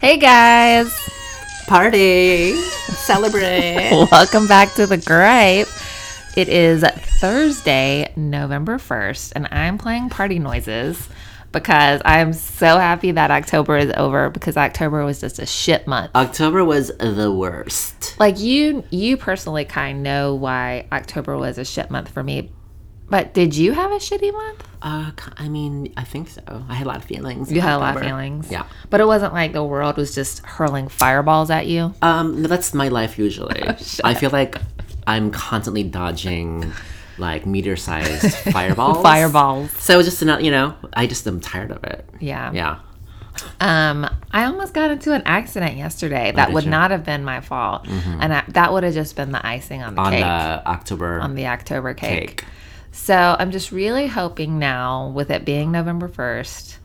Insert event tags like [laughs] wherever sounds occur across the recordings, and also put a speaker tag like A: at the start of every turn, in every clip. A: Hey guys,
B: Party. Celebrate.
A: [laughs] welcome back to the gripe. It is Thursday, November 1st, and I'm playing party noises because I'm so happy that October is over because October was just a shit month.
B: October was the worst.
A: Like you you personally kind of know why October was a shit month for me. But did you have a shitty month?
B: Uh, c- I mean, I think so. I had a lot of feelings.
A: You had a lot of feelings.
B: Yeah.
A: But it wasn't like the world was just hurling fireballs at you.
B: Um, no, that's my
A: [laughs]
B: life usually.
A: Oh,
B: I feel like I'm constantly dodging like
A: [laughs]
B: meter-sized fireballs.
A: Fireballs.
B: So it's just not, you know, I just am tired of it.
A: Yeah.
B: Yeah.
A: Um, I almost got into an accident yesterday. That would
B: you?
A: not have been my fault, and I, that would have just been the icing on the
B: Mm-hmm. On
A: cake
B: the October
A: on the October cake.
B: cake.
A: So I'm just really hoping now, with it being November first,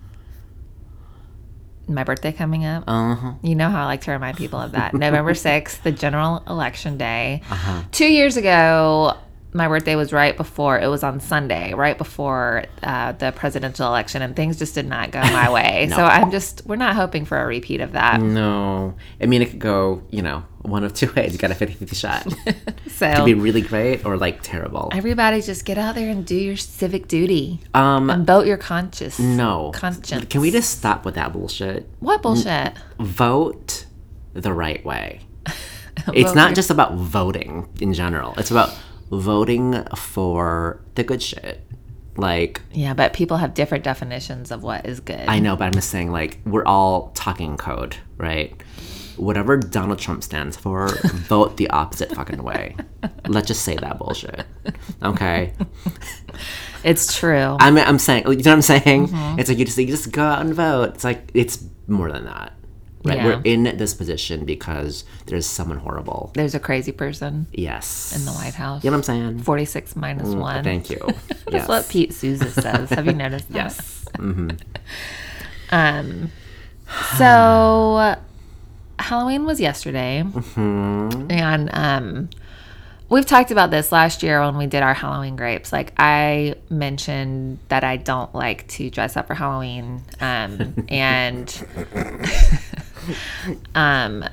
A: my birthday coming up.
B: Uh-huh.
A: You know how I like to remind people of that.
B: [laughs]
A: November 6th, the general election day.
B: Uh-huh.
A: Two years ago, my birthday was right before, it was on Sunday, right before uh, the presidential election, and things just did not go
B: [laughs]
A: my way. So I'm just, we're not hoping for a repeat of that.
B: Mm. No. I mean, it could go, you know, one of two ways. You got a 50 50 shot. It'd be
A: So
B: really great or like terrible.
A: everybody just get out there and do your civic duty
B: Um,
A: and vote your conscience.
B: no.
A: Conscience.
B: Can we just stop with that bullshit?
A: What bullshit?
B: vote the right way. it's not just about voting in general. It's about voting for the good shit. Like
A: Yeah, but people have different definitions of what is good.
B: I know, but I'm just saying like we're all talking code, right? Whatever Donald Trump stands
A: [laughs]
B: for, vote the opposite fucking way. Let's just say that bullshit. Okay.
A: it's true.
B: I'm I'm saying you know what I'm saying?
A: Mm-hmm.
B: It's like you just you just go out and vote. It's like it's more than that. Right?
A: Yeah.
B: We're in this position because there's someone horrible.
A: There's a crazy person
B: Yes.
A: in the White House.
B: You know what I'm saying?
A: 46 minus one.
B: Mm,
A: [laughs]
B: Thank you.
A: That's what Pete Souza says.
B: [laughs]
A: Have you noticed that? Yes.
B: Mm-hmm.
A: [laughs] Um, so Halloween was yesterday. And um, we've talked about this last year when we did our Halloween grapes. Like I mentioned that I don't like to dress up for Halloween. Um, and [laughs] um,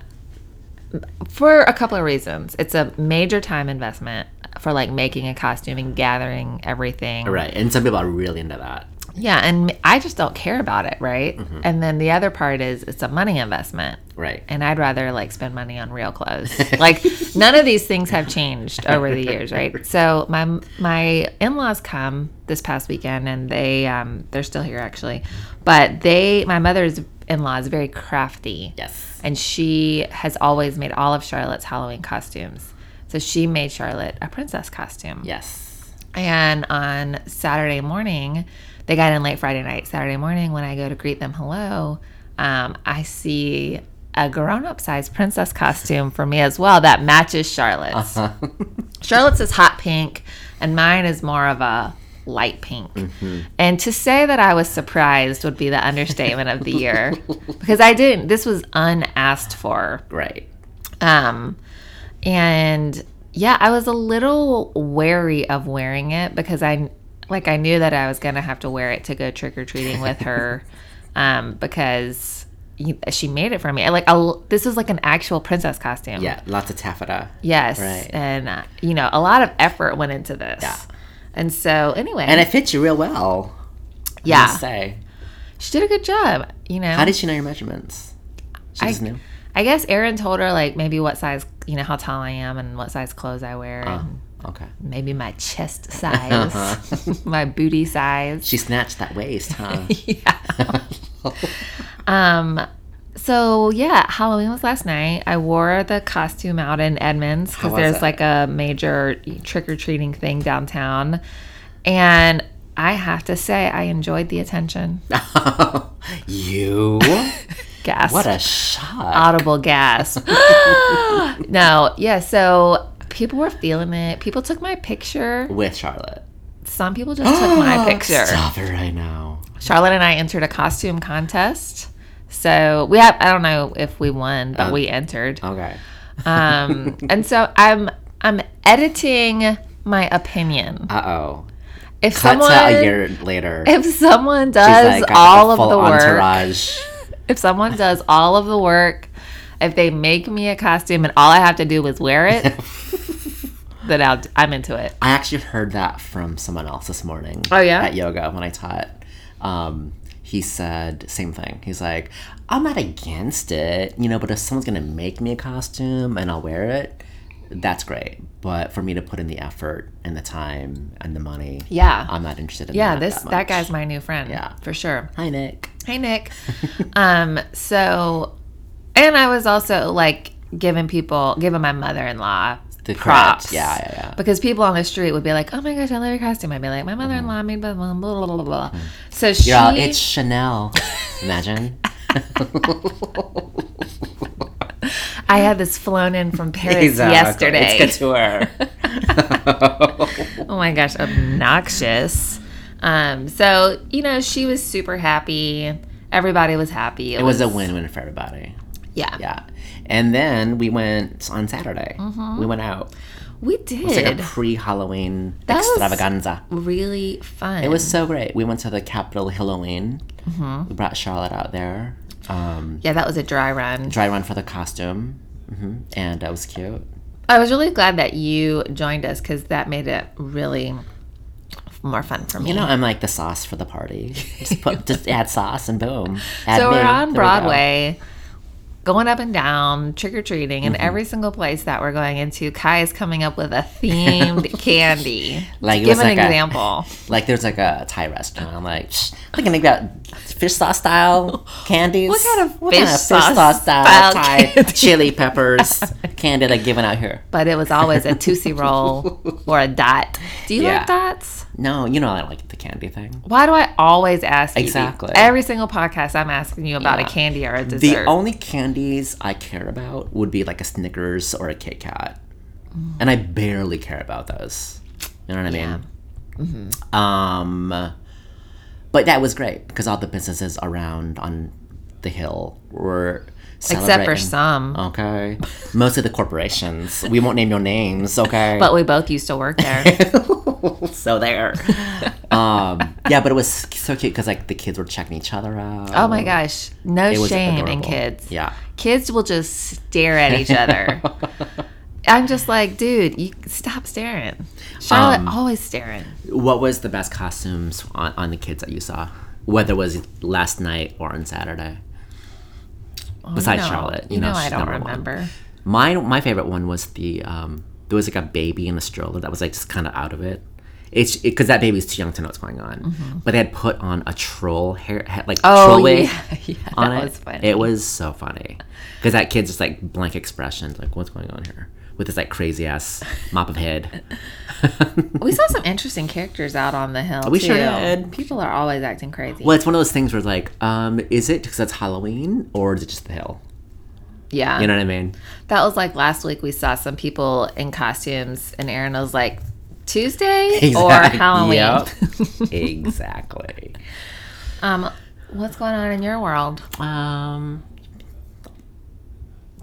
A: for a couple of reasons. It's a major time investment for like making a costume and gathering everything.
B: Right. And some people are really into that.
A: Yeah, and I just don't care about it, right? And then the other part is it's a money investment.
B: Right.
A: And I'd rather like spend money on real clothes. like none of these things have changed over the years, right? So my my in-laws come this past weekend and they um they're still here actually. But they my mother's in-law is very crafty.
B: Yes.
A: And she has always made all of Charlotte's Halloween costumes. So she made Charlotte a princess costume.
B: Yes.
A: And on Saturday morning, they got in late Friday night. Saturday morning, when I go to greet them, hello, um, I see a grown up size princess costume for me as well that matches Charlotte's. [laughs] Charlotte's is hot pink, and mine is more of a light pink. And to say that I was surprised would be the understatement of the year because I didn't, this was unasked for.
B: Right.
A: Um, and yeah, I was a little wary of wearing it because I like I knew that I was gonna have to wear it to go trick or treating with her,
B: [laughs]
A: um, because you, she made it for me. Like a, this is like an actual princess costume.
B: Yeah. Lots of taffeta.
A: Yes.
B: Right.
A: And uh, you know, a lot of effort went into this.
B: Yeah.
A: And so anyway,
B: And it fits you real well. I
A: Yeah.
B: must say.
A: she did a good job. You know,
B: How did she know your measurements? She
A: I-
B: just knew.
A: I guess Erin told her like maybe what size, you know, how tall I am and what size clothes I wear.
B: Uh-huh.
A: and
B: Okay.
A: maybe my
B: [laughs]
A: chest size,
B: Uh-huh.
A: [laughs] my booty size.
B: She snatched that
A: [laughs]
B: waist, huh? [laughs]
A: Yeah. um, so yeah, Halloween was last night. I wore the costume out in Edmonds because
B: was
A: there's
B: it?
A: like a major trick or treating thing downtown, and I have to say I enjoyed the attention.
B: you.
A: Gasp.
B: What a shot.
A: audible
B: [laughs]
A: gasp. [laughs] no, yeah. So people were feeling it. People took my picture.
B: With Charlotte.
A: Some people just took my picture.
B: [gasps] Stop it right now.
A: Charlotte and I entered a costume contest. So we have I don't know if we won,
B: Uh,
A: but we entered.
B: Okay. [laughs]
A: Um and so I'm I'm editing my opinion.
B: Uh oh.
A: If
B: Cut
A: someone
B: to a year later.
A: if someone
B: She's
A: does
B: like, got, like,
A: all
B: a
A: of
B: full
A: the work
B: entourage
A: If someone does all of the work, if they make me a costume and all I have to do is wear
B: [laughs]
A: it, then I'll, I'm into it.
B: I actually heard that from someone else this morning.
A: Oh, yeah?
B: At yoga when I taught. Um, he said same thing. He's like, I'm not against it, you know, but if someone's gonna make me a costume and I'll wear it, that's great. But for me to put in the effort and the time and the money,
A: Yeah.
B: I'm not interested in
A: Yeah,
B: that.
A: this
B: that,
A: that,
B: much.
A: guy's my new friend.
B: Yeah.
A: for sure.
B: Hi Nick.
A: Hey Nick. [laughs] um, so, and I was also like giving people, giving my mother-in-law
B: The
A: props.
B: credit. Yeah, yeah, yeah.
A: Because people on the street would be like, "Oh my gosh, I love your costume." I'd be like, "My mother-in-law
B: Mm-hmm.
A: made blah blah blah blah blah." blah. So she,
B: Girl, it's Chanel.
A: [laughs]
B: Imagine.
A: I had this flown in
B: [laughs]
A: from Paris
B: Exactly.
A: yesterday.
B: uh, It's couture.
A: [laughs] oh my gosh, obnoxious. Um, so you know, she was super happy. Everybody was happy.
B: it was a win-win for everybody.
A: yeah.
B: Yeah. And then we went on Saturday. We went out.
A: We Mm-hmm. did.
B: It's like a pre-Halloween
A: That was-
B: extravaganza.
A: really fun.
B: It was so great. We went to the Capitol Halloween.
A: Mm-hmm.
B: We brought Charlotte out there. Um,
A: Yeah, that was a dry run.
B: dry run for the costume. hmm And that was cute.
A: I was really glad that you joined us because that made it really more fun for me.
B: You know, I'm like the sauce for the party.
A: [laughs]
B: Just put, just add sauce and boom. Add
A: so
B: me.
A: we're on
B: There we go.
A: Broadway, going up and down, trick or treating,
B: Mm-hmm.
A: and every single place that we're going into, Kai is coming up with a
B: [laughs]
A: themed candy.
B: Like, it
A: give
B: was
A: an
B: like a-
A: example.
B: Like there's like a Thai restaurant. I'm like, Shh, we're gonna get fish
A: [laughs]
B: sauce style candies.
A: What kind of
B: What kind
A: fish
B: of
A: sauce style
B: style Thai
A: candy? [laughs]
B: chili peppers candy they're giving out here?
A: but it was always a tootsie
B: [laughs]
A: roll or a dot. Do you
B: Yeah.
A: like dots?
B: No, you know I don't like the candy thing.
A: Why do I always ask you? these-
B: Exactly.
A: Every single podcast, I'm asking you about
B: Yeah.
A: a candy or a dessert.
B: The only candies I care about would be like a Snickers or a Kit Kat, and I barely care about those. You know what I mean?
A: Mm-hmm.
B: Um, but that was great because all the businesses around on the hill were
A: Except for
B: celebrating. Oh.
A: some.
B: Okay. Most of the corporations. We won't name no names, okay?
A: But [laughs] we both used to work there.
B: so there. [laughs] um, yeah, but it was so cute because like the kids were checking each other out.
A: oh my gosh. No
B: It was
A: shame in
B: adorable.
A: kids.
B: Yeah.
A: Kids will just stare at each
B: [laughs]
A: other. I'm just like, dude, you stop staring. Charlotte
B: Um,
A: always staring.
B: What was the best costumes on, on the kids that you saw? Whether it was last night or on Saturday. Besides
A: Oh, No,
B: Charlotte, you,
A: you know, I
B: she's
A: don't
B: number one.
A: remember.
B: My my favorite one was the um there was like a baby in a stroller that was like just kind of out of it. It's because that baby was too young to know what's going on. But they had put on a troll hair, ha- like
A: Mm-hmm. Oh,
B: troll wig
A: yeah. [laughs] Yeah,
B: on
A: that
B: it.
A: was funny.
B: It was so funny because that kid's just like blank expression, like what's going on here with this like crazy ass mop of head.
A: [laughs] We saw some interesting characters out on the hill.
B: We
A: too.
B: sure did.
A: People are always acting crazy.
B: Well, it's one of those things where it's like, um, is it because it's Halloween or is it just the hill?
A: Yeah.
B: You know what I mean?
A: That was like last week we saw some people in costumes and Aaron was like,
B: [laughs]
A: Tuesday or
B: Exact-
A: Halloween. [laughs]
B: Yep. [laughs] exactly.
A: Um, what's going on in your world?
B: Um,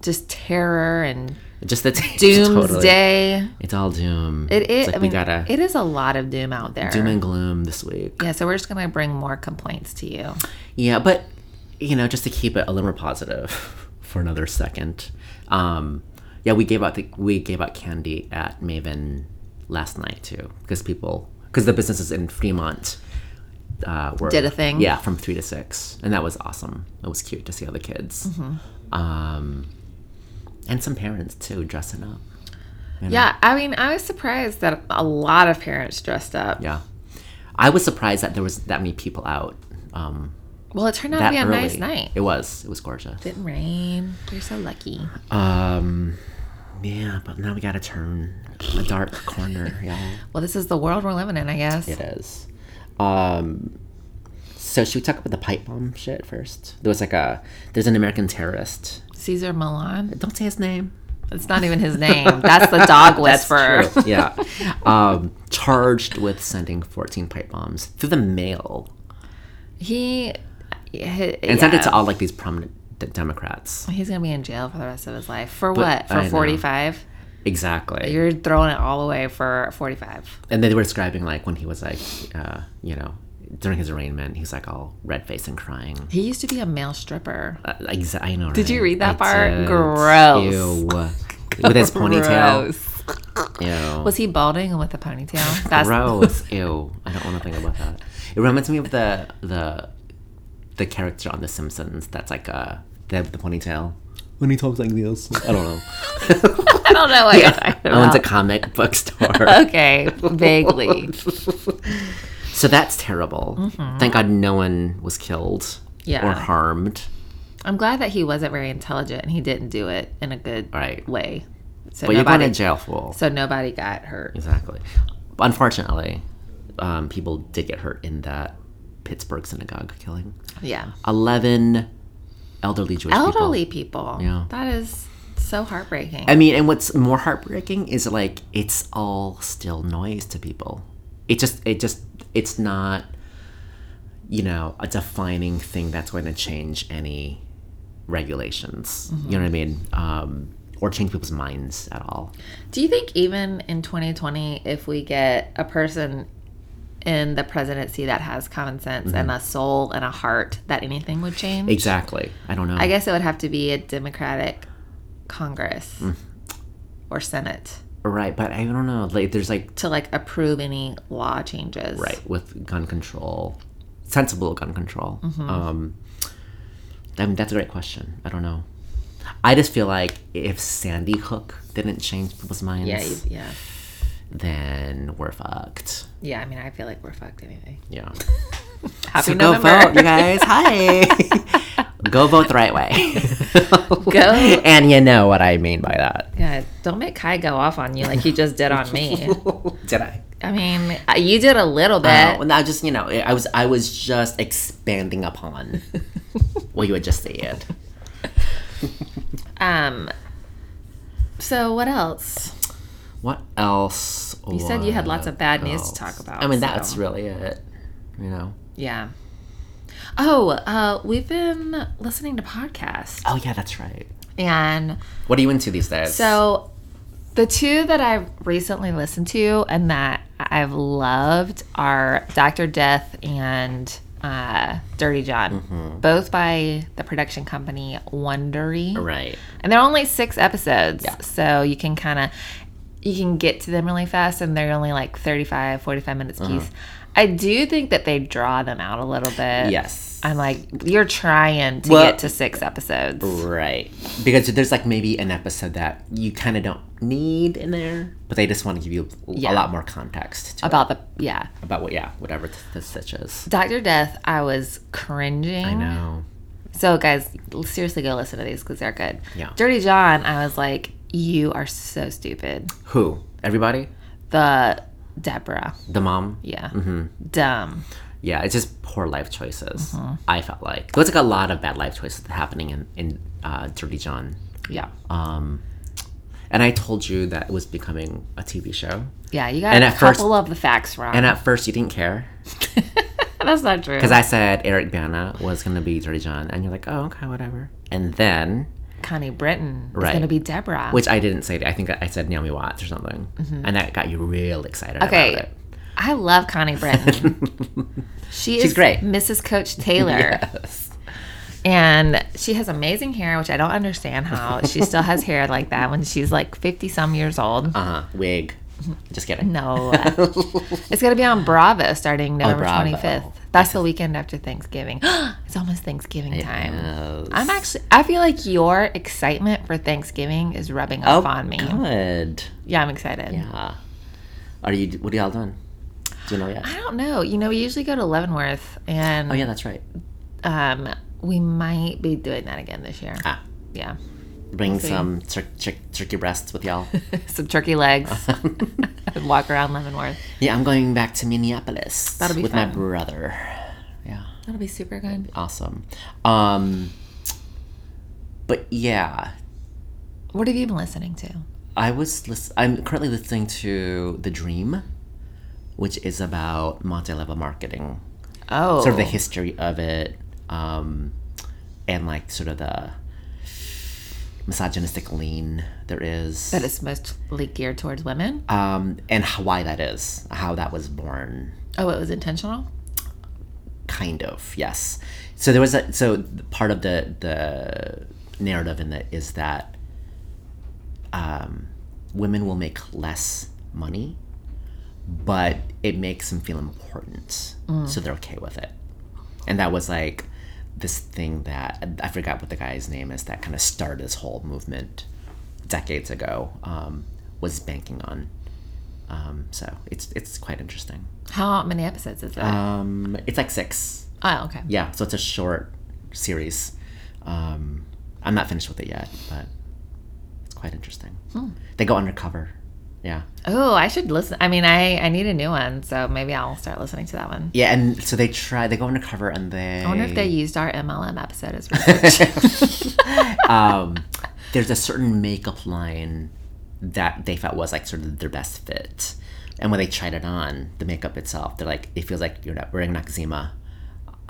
A: Just terror and
B: just the t- [laughs] Totally.
A: doomsday.
B: It's all doom.
A: It is.
B: It's like
A: I mean,
B: we gotta
A: it is a lot of doom out there.
B: doom and gloom this week.
A: yeah, so we're just gonna bring more complaints to you.
B: Yeah, but you know, just to keep it a little more positive [laughs] for another second. Um, yeah, we gave out the we gave out candy at Maven last night too because people because the businesses in Fremont uh, were
A: Did a thing.
B: Yeah, from three to six, and that was awesome. It was cute to see all the kids,
A: Mm-hmm.
B: um, and some parents too dressing up.
A: Yeah, I mean, I was surprised that a lot of parents dressed up.
B: Yeah, I was surprised that there was that many people out. Um,
A: Well, it turned out to
B: that
A: be a
B: early.
A: nice night.
B: It was. It was gorgeous.
A: Didn't rain. You're so lucky.
B: Um, yeah, but now we gotta turn a dark
A: [laughs]
B: corner, y'all.
A: Well, this is the world we're living in, I guess.
B: It is. Um, so should we talk about the pipe bomb shit first? There was like a there's an American terrorist.
A: Caesar Milan.
B: Don't say his name.
A: It's not even his name. That's the
B: [laughs]
A: dog whisperer. [laughs]
B: True. yeah. Um, charged with sending 14 pipe bombs through the mail
A: He, he
B: and sent it to
A: yeah.
B: all like these prominent d- Democrats.
A: He's gonna be in jail for the rest of his life. For what?
B: I
A: For
B: know.
A: forty five?
B: Exactly.
A: You're throwing it all away for forty five.
B: and they were describing like when he was like, uh, you know, during his arraignment, he's like all red faced and crying.
A: He used to be a male stripper.
B: Uh, exa- I know.
A: Did you
B: right?
A: read that
B: I
A: part?
B: did.
A: Gross. [laughs]
B: Ew. With his ponytail.
A: Gross.
B: Ew.
A: Was he balding and with a
B: [laughs]
A: ponytail? That's
B: Gross. Ew. I don't want to think about that. It reminds me of the the the character on The Simpsons that's like uh the, the ponytail. When he talks like this. I don't
A: [laughs]
B: know.
A: [laughs] I don't know what you're talking
B: I went
A: about.
B: to
A: [laughs]
B: comic book store.
A: okay, vaguely.
B: So that's terrible. Thank God no one was killed or
A: Mm-hmm. Yeah.
B: harmed.
A: I'm glad that he wasn't very intelligent and he didn't do it in a good
B: Right.
A: way. So
B: But you're
A: nobody,
B: going to jail for
A: so nobody got hurt.
B: exactly. Unfortunately, um, people did get hurt in that Pittsburgh synagogue killing.
A: Yeah.
B: Eleven elderly Jewish people.
A: Elderly people.
B: Yeah.
A: That is so heartbreaking.
B: I mean, and what's more heartbreaking is like it's all still noise to people. It just, it just, it's not, you know, a defining thing that's going to change any regulations. You know what I mean? Um, or change people's minds at all.
A: Do you think even in 2020, if we get a person in the presidency that has common sense
B: Mm-hmm.
A: and a soul and a heart, that anything would change?
B: Exactly. I don't know.
A: I guess it would have to be a Democratic Congress
B: Mm.
A: or Senate
B: right, but I don't know. Like, there's like
A: to like approve any law changes.
B: right with gun control, sensible gun control. Um, I mean, that's a great question. I don't know. I just feel like if Sandy Hook didn't change people's minds,
A: Yeah. You, yeah.
B: then we're fucked.
A: Yeah. I mean, I feel like we're fucked anyway.
B: Yeah.
A: Happy
B: So go vote,
A: November.
B: you guys. Hi. go vote the right way. go. [laughs] And you know what I mean by that.
A: God, don't make Kai go off on you like you just did on
B: [laughs]
A: me.
B: Did I?
A: I mean, you did a little bit.
B: Uh, well, no, just you know, I was I was just expanding upon what you had just said.
A: Um. So what else?
B: What else?
A: You said you had lots of bad news to talk about,
B: I mean,
A: so-
B: that's really it. You know.
A: Yeah. Oh, uh, we've been listening to podcasts,
B: Oh yeah, that's right.
A: and
B: What are you into these days?
A: so the two that I've recently listened to and that I've loved are Doctor Death and uh, Dirty John, both by the production company Wondery.
B: right.
A: and they're only six episodes so you can kind of you can get to them really fast and they're only like 35 45 minutes piece i do think that they draw them out a little bit
B: Yes.
A: i'm like you're trying to
B: Well-
A: get to six episodes
B: Right. Because there's like maybe an episode that you kind of don't need in there, but they just want to give you a
A: Yeah.
B: lot more context to
A: about the yeah
B: about what, yeah, whatever th- the stitch is.
A: dr death i was cringing
B: I know.
A: so guys seriously go listen to these because they're good
B: Yeah.
A: dirty john i was like you are so stupid
B: Who? Everybody?
A: the deborah
B: The mom?
A: yeah
B: Mm-hmm.
A: dumb
B: Yeah, it's just poor life choices.
A: Mm-hmm.
B: I felt like there was like a lot of bad life choices happening in in uh, Dirty John,
A: yeah
B: and I told you that it was becoming a TV show.
A: yeah you got
B: and
A: a
B: at
A: couple
B: first-
A: of the facts wrong
B: And at first, you didn't care
A: That's not true.
B: because I said Eric Bana was gonna be Dirty John, and you're like, oh, okay, whatever. And then
A: Connie Britton is
B: Right.
A: going to be Deborah.
B: which I didn't say. I think I said Naomi Watts or something, and that got you real excited.
A: Mm-hmm. okay,
B: about it.
A: I love Connie Britton.
B: [laughs]
A: she is
B: great.
A: Mrs. Coach Taylor,
B: [laughs]
A: and she has amazing hair, which I don't understand how she still has hair like that when she's like fifty some years old.
B: uh huh. Wig.
A: Mm-hmm.
B: Just kidding.
A: No, it's going to be on Bravo starting November
B: Bravo.
A: twenty fifth. That's the weekend after Thanksgiving. [gasps] it's almost Thanksgiving time.
B: Yes.
A: I'm actually. I feel like your excitement for Thanksgiving is rubbing off on me.
B: Oh, Good.
A: Yeah, I'm excited.
B: Yeah. Are you? What are y'all doing? Do you know yet?
A: I don't know. You know, we usually go to Leavenworth, and
B: Oh yeah, that's right.
A: um, we might be doing that again this year.
B: Ah,
A: Yeah,
B: bring some tur- tur- turkey breasts with y'all.
A: [laughs]
B: [laughs]
A: some turkey legs [laughs] and walk around Leavenworth.
B: yeah, I'm going back to Minneapolis
A: That'll be
B: with my
A: fun.
B: brother. Yeah.
A: That'll be super good.
B: Awesome. Um. But yeah,
A: What have you been listening to?
B: I was lis- I'm currently listening to The Dream, which is about multi-level marketing,
A: Oh,
B: sort of the history of it, um, and like sort of the misogynistic lean there is,
A: that it's mostly geared towards women.
B: um, and how, why that is, how that was born.
A: Oh, it was intentional.
B: kind of yes so there was a so part of the the narrative in that is that um, women will make less money but it makes them feel important so they're okay with it and that was like this thing that i forgot what the guy's name is that kind of started this whole movement decades ago um, was banking on um, so it's it's quite interesting
A: How many episodes is that?
B: um, it's like six
A: oh, okay.
B: yeah so it's a short series um, i'm not finished with it yet but it's quite interesting
A: Hmm.
B: they go undercover yeah
A: Oh, I should listen. I mean, I I need a new one, so maybe I'll start listening to that one.
B: yeah and so they try they go undercover and they
A: I wonder if they used our MLM episode
B: [laughs]
A: as research.
B: um, there's a certain makeup line that they felt was like sort of their best fit. And when they tried it on, the makeup itself, they're like, it feels like you're not wearing Noxzema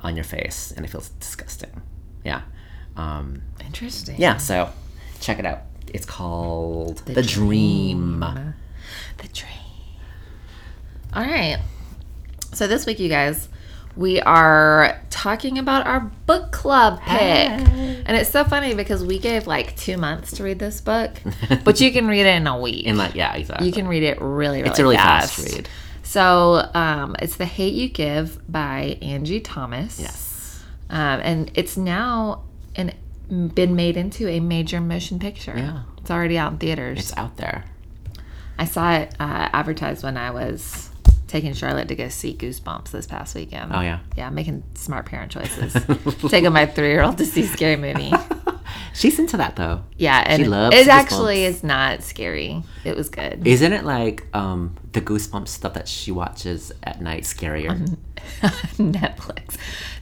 B: on your face and it feels disgusting. Yeah. Um,
A: Interesting.
B: yeah, so check it out. It's called The, Dream.
A: The dream. All right. So this week, you guys, we are talking about our book club pick. And it's so funny because we gave like two months to read this book, but you can read it in a
B: [laughs]
A: week.
B: And like, yeah, exactly.
A: you can read it really, really
B: it's a really
A: fast.
B: fast, read.
A: So um, it's The Hate You Give by Angie Thomas.
B: Yes.
A: Um, and it's now an, been made into a major motion picture.
B: Yeah.
A: It's already out in theaters.
B: It's out there.
A: I saw it uh, advertised when I was taking Charlotte to go see Goosebumps this past weekend.
B: Oh, yeah.
A: Yeah, making smart parent
B: [laughs]
A: choices. taking my three year old to see Scary Movie.
B: She's into that though.
A: Yeah, and
B: She loves
A: it actually is not scary. It was good.
B: Isn't it like um, the goosebumps stuff that she watches at night scarier?
A: [laughs] Netflix.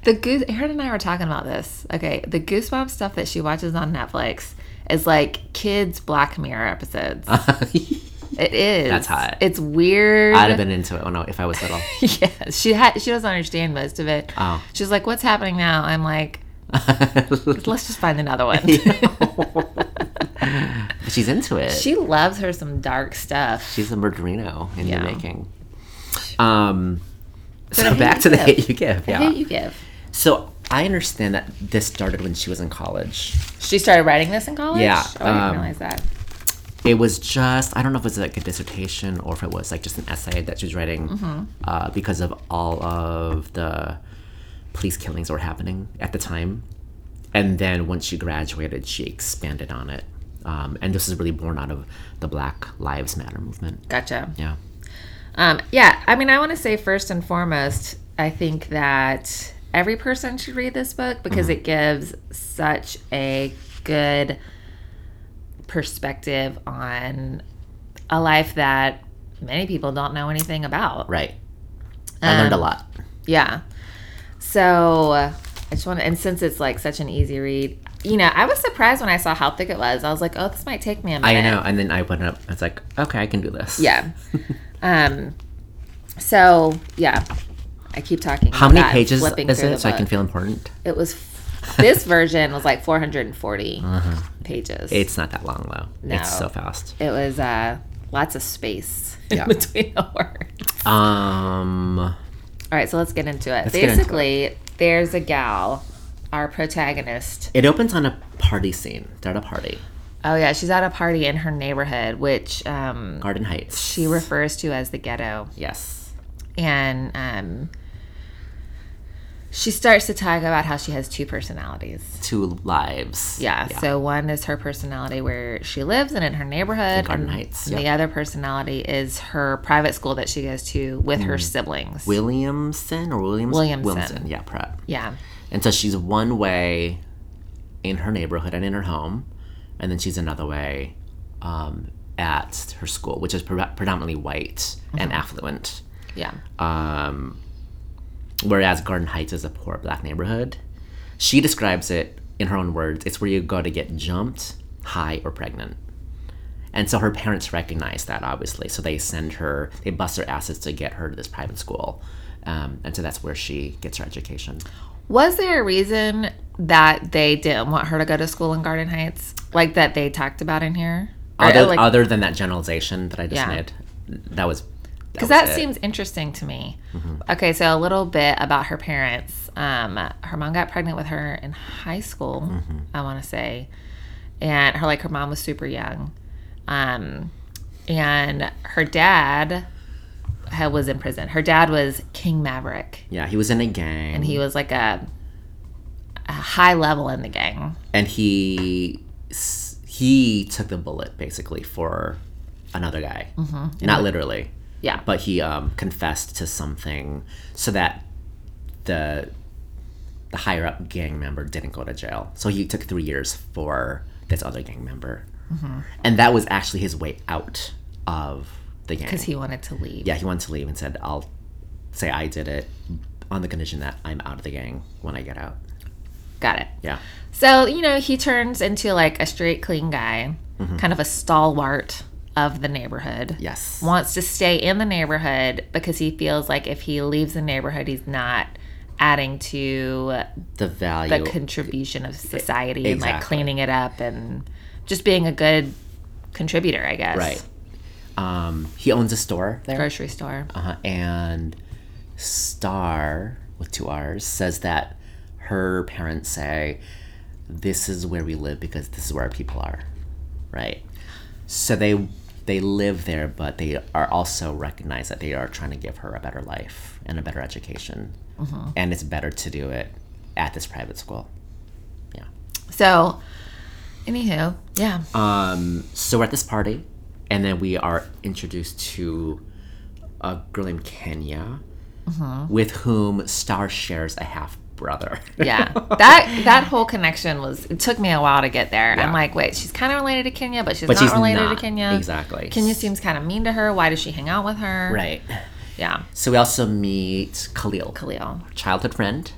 A: The Goose Aaron and I were talking about this. Okay, the Goosebumps stuff that she watches on Netflix is like kids Black Mirror
B: [laughs]
A: episodes. Mm-hmm. It is.
B: That's hot.
A: It's weird.
B: I'd
A: [laughs]
B: have been into it when I, if I was little.
A: yeah, she ha- she doesn't understand most of it.
B: Oh.
A: She's like, "What's happening now?" I'm like, "Let's just find another one."
B: But [laughs] she's into
A: [laughs]
B: it.
A: she loves her some dark stuff.
B: she's a murderino in
A: Yeah.
B: the making. Um, so
A: the hate
B: back
A: you
B: to the
A: give.
B: hate you give. Yeah.
A: Who you give?
B: So I understand that this started when she was in college.
A: She started writing this in college.
B: Yeah,
A: oh, I didn't
B: um,
A: realize that.
B: It was just I don't know if it was like a dissertation or if it was like just an essay that she was writing
A: Mm-hmm.
B: uh, because of all of the police killings that were happening at the time. And then once she graduated, she expanded on it. Um, and this is really born out of the Black Lives Matter movement.
A: Gotcha.
B: Yeah.
A: Um, yeah, I mean, I want to say first and foremost, I think that every person should read this book because
B: Mm-hmm.
A: it gives such a good perspective on a life that many people don't know anything about.
B: Right. I learned a
A: Um,
B: lot.
A: Yeah. So uh, I just want to, and since it's like such an easy read, you know, I was surprised when I saw how thick it was. I was like, oh, this might take me a minute.
B: I know. And then I went up. I was like, okay, I can do this. [laughs]
A: Yeah. um. So yeah, I keep talking.
B: How many
A: about
B: pages
A: flipping
B: is
A: through the
B: it so I can
A: book.
B: feel important?
A: It was.
B: [laughs]
A: This version was like 440 pages.
B: Uh-huh. It's not that long though. It's
A: No.
B: so
A: [laughs]
B: fast.
A: it was uh, lots of space
B: Yeah.
A: in between the words.
B: Um.
A: [laughs] All right, so let's get into it.
B: get into it.
A: Basically, there's a gal, our protagonist.
B: It opens on a party scene. They're at a party,
A: Oh yeah, she's at a party in her neighborhood, which um,
B: Garden Heights.
A: she refers to as the ghetto.
B: yes.
A: and um, she starts to talk about how she has two personalities.
B: Two lives.
A: Yeah, So one is her personality where she lives and in her neighborhood,
B: Garden
A: and,
B: Heights,
A: and the other personality is her private school that she goes to Mm. with her siblings.
B: Williamson or Williams.
A: Williamson.
B: Yeah. Prep.
A: yeah,
B: And so she's one way in her neighborhood and in her home, and then she's another way um, at her school, which is pre- predominantly white and
A: Uh-huh.
B: affluent.
A: yeah,
B: um, whereas Garden Heights is a poor black neighborhood. She describes it in her own words it's where you go to get jumped, high, or pregnant. And so her parents recognize that, obviously. So they send her, they bust her asses to get her to this private school. Um, and so that's where she gets her education.
A: Was there a reason that they didn't want her to go to school in Garden Heights, like that they talked about in here? Or,
B: Other,
A: like,
B: other than that generalization that I just
A: Yeah.
B: made, that was,
A: because
B: was
A: that
B: it. Mm-hmm.
A: seems interesting to me. Okay, so a little bit about her parents. Um, her mom got pregnant with her in high school,
B: Mm-hmm.
A: I want to say, and her like her mom was super young, um, and her dad had, was in prison. Her dad was King Maverick,
B: Yeah, he was in a gang,
A: and he was like a, a high level in the gang.
B: and he s- he took the bullet basically for another guy. Mm-hmm. Not literally,
A: Yeah,
B: but he um, confessed to something so that the the higher up gang member didn't go to jail. So he took three years for this other gang member, and that was actually his way out of the gang.
A: because he wanted to leave.
B: yeah, he wanted to leave and said, "I'll say I did it on the condition that I'm out of the gang when I get out."
A: Got it.
B: Yeah,
A: So, you know, he turns into like a straight, clean guy, kind of a stalwart of the neighborhood.
B: Mm-hmm. yes,
A: Wants to stay in the neighborhood because he feels like if he leaves the neighborhood, he's not adding to the
B: the value.
A: contribution of society and like
B: exactly.
A: cleaning it up and just being a good contributor, I guess.
B: Right. um, he owns a store there.
A: Grocery store.
B: Uh, and Star, with two R's, says that her parents say, This is where we live because this is where our people are. Right? So they they live there, but they are also recognize that they are trying to give her a better life and a better education. And it's better to do it at this private school. Yeah.
A: So, anywho,
B: [laughs]
A: yeah.
B: Um, so we're at this party, and then we are introduced to a girl named Kenya,
A: Mm-hmm.
B: with whom Star shares a half brother.
A: yeah that that whole connection was it took me a while to get there i'm like wait she's kind of related to kenya but she's
B: [laughs] but
A: not
B: she's
A: related
B: not
A: to kenya
B: exactly.
A: kenya seems kind of mean to her why does she hang out with her
B: right.
A: yeah
B: So we also meet Khalil,
A: khalil Mm-hmm.
B: childhood friend,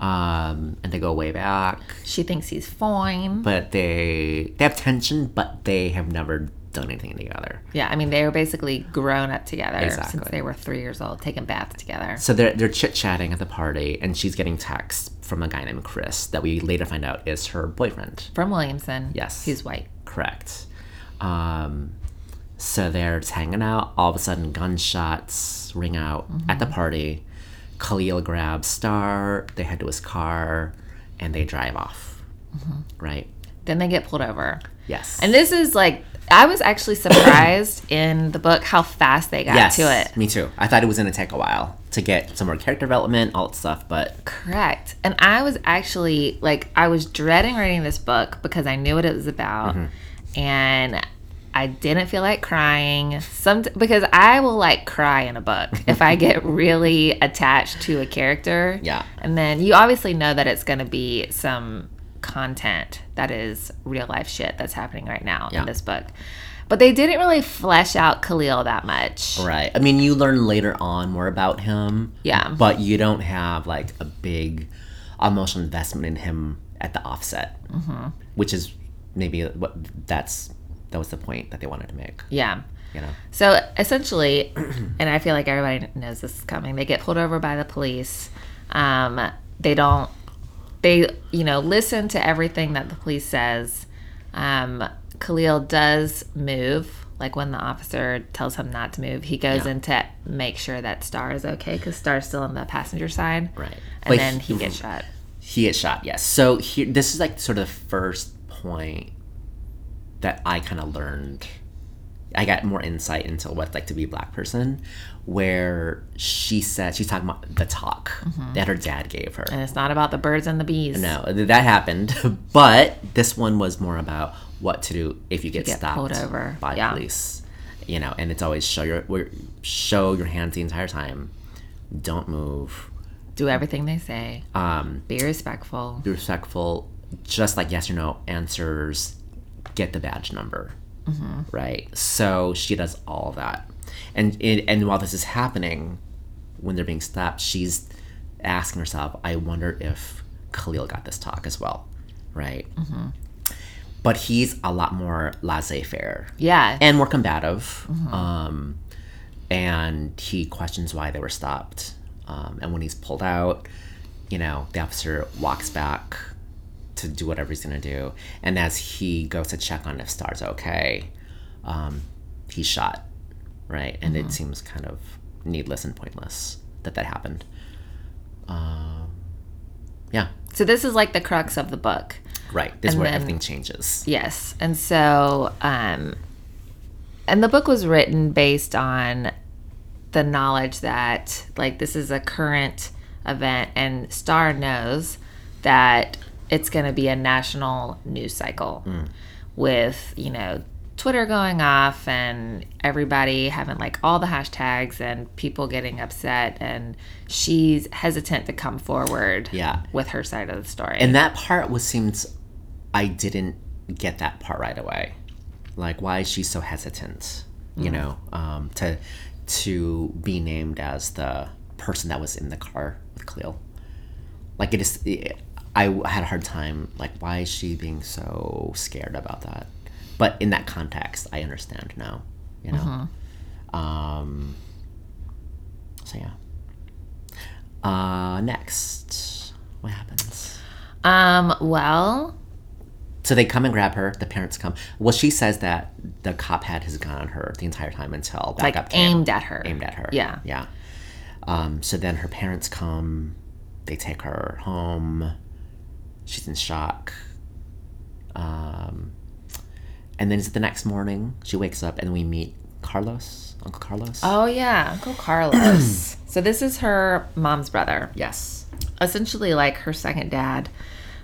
B: um, and they go way back.
A: she thinks he's fine
B: But they they have tension, but they have never done anything together.
A: yeah i mean they were basically grown up together since
B: Exactly.
A: they were three years old taking baths together
B: So they're they're chit chatting at the party, and she's getting texts from a guy named Chris that we later find out is her boyfriend.
A: from williamson
B: Yes.
A: who's white
B: Correct. Um, so they're just hanging out. All of a sudden, gunshots ring out
A: Mm-hmm.
B: at the party. Khalil grabs Star. They head to his car, and they drive off. Right.
A: then they get pulled over
B: Yes.
A: Mm-hmm. and this is like i was actually surprised in the book how fast they got
B: yes.
A: to it
B: Me too. I thought it was gonna take a while to get some more character development, all that stuff, but
A: Correct. And I was actually like, I was dreading reading this book because I knew what it was about,
B: Mm-hmm.
A: and I didn't feel like crying. Some because I will like cry in a book if I
B: [laughs]
A: get really attached to a character.
B: Yeah.
A: And then you obviously know that it's going to be some content that is real life shit that's happening right now
B: Yeah.
A: in this book. But they didn't really flesh out Khalil that much.
B: right. I mean, you learn later on more about him.
A: Yeah.
B: But you don't have like a big emotional investment in him at the offset,
A: Mm-hmm.
B: which is maybe what that's that was the point that they wanted to make.
A: Yeah.
B: You know,
A: So essentially, [clears throat] and I feel like everybody knows this is coming. They get pulled over by the police. Um, they don't. They you know listen to everything that the police says. Um, Khalil does move. Like when the officer tells him not to move, he goes in to make sure that Star is okay because Star's still on the passenger side.
B: Right.
A: And
B: But
A: then
B: he-
A: he gets shot.
B: he gets shot. Yes. So here, this is like sort of the first point that I kind of learned. I got more insight into what it's like to be a black person, where she said she's talking about the talk
A: Mm-hmm.
B: that her dad gave her.
A: And it's not about the birds and the bees.
B: No, th- that happened. [laughs] But this one was more about what to do if you get, stopped
A: pulled over.
B: by
A: Yeah.
B: police. You know, and it's always show your we're- show your hands the entire time. Don't move.
A: Do everything they say.
B: Um,
A: Be respectful.
B: be respectful. Just like yes or no answers. Get the badge number. Right. So she does all of that, and and and while this is happening, when they're being stopped, she's asking herself, "I wonder if Khalil got this talk as well." Right. but he's a lot more laissez-faire
A: Yeah.
B: and more combative
A: Mm-hmm.
B: um, and he questions why they were stopped um, and when he's pulled out you know the officer walks back to do whatever he's going to do and as he goes to check on if star's okay um, he's shot right? And
A: Mm-hmm.
B: it seems kind of needless and pointless that that happened. Um, yeah,
A: So this is like the crux of the book.
B: right. This is
A: And
B: where
A: then-
B: everything changes.
A: Yes. And so, um, and the book was written based on the knowledge that, like, this is a current event, and Star knows that it's going to be a national news cycle
B: Hmm.
A: with, you know, Twitter going off and everybody having like all the hashtags and people getting upset and she's hesitant to come forward
B: Yeah.
A: with her side of the story.
B: And that part was seems I didn't get that part right away. Like why is she so hesitant? You know, um, to to be named as the person that was in the car with Cleo. Like it is, it, I had a hard time. Like why is she being so scared about that? But in that context, I understand now. You know. Um, so yeah. Uh, next, what happens?
A: um, well,
B: So they come and grab her. The parents come. Well, she says that the cop had his gun on her the entire time until backup
A: like
B: came,
A: aimed at her.
B: aimed at her.
A: Yeah.
B: yeah. Um, so then her parents come. They take her home. She's in shock. Um, and then is it the next morning? She wakes up and we meet Carlos, Uncle Carlos.
A: Oh yeah, Uncle
B: [clears throat]
A: Carlos. so this is her mom's brother,
B: yes.
A: essentially like her second dad,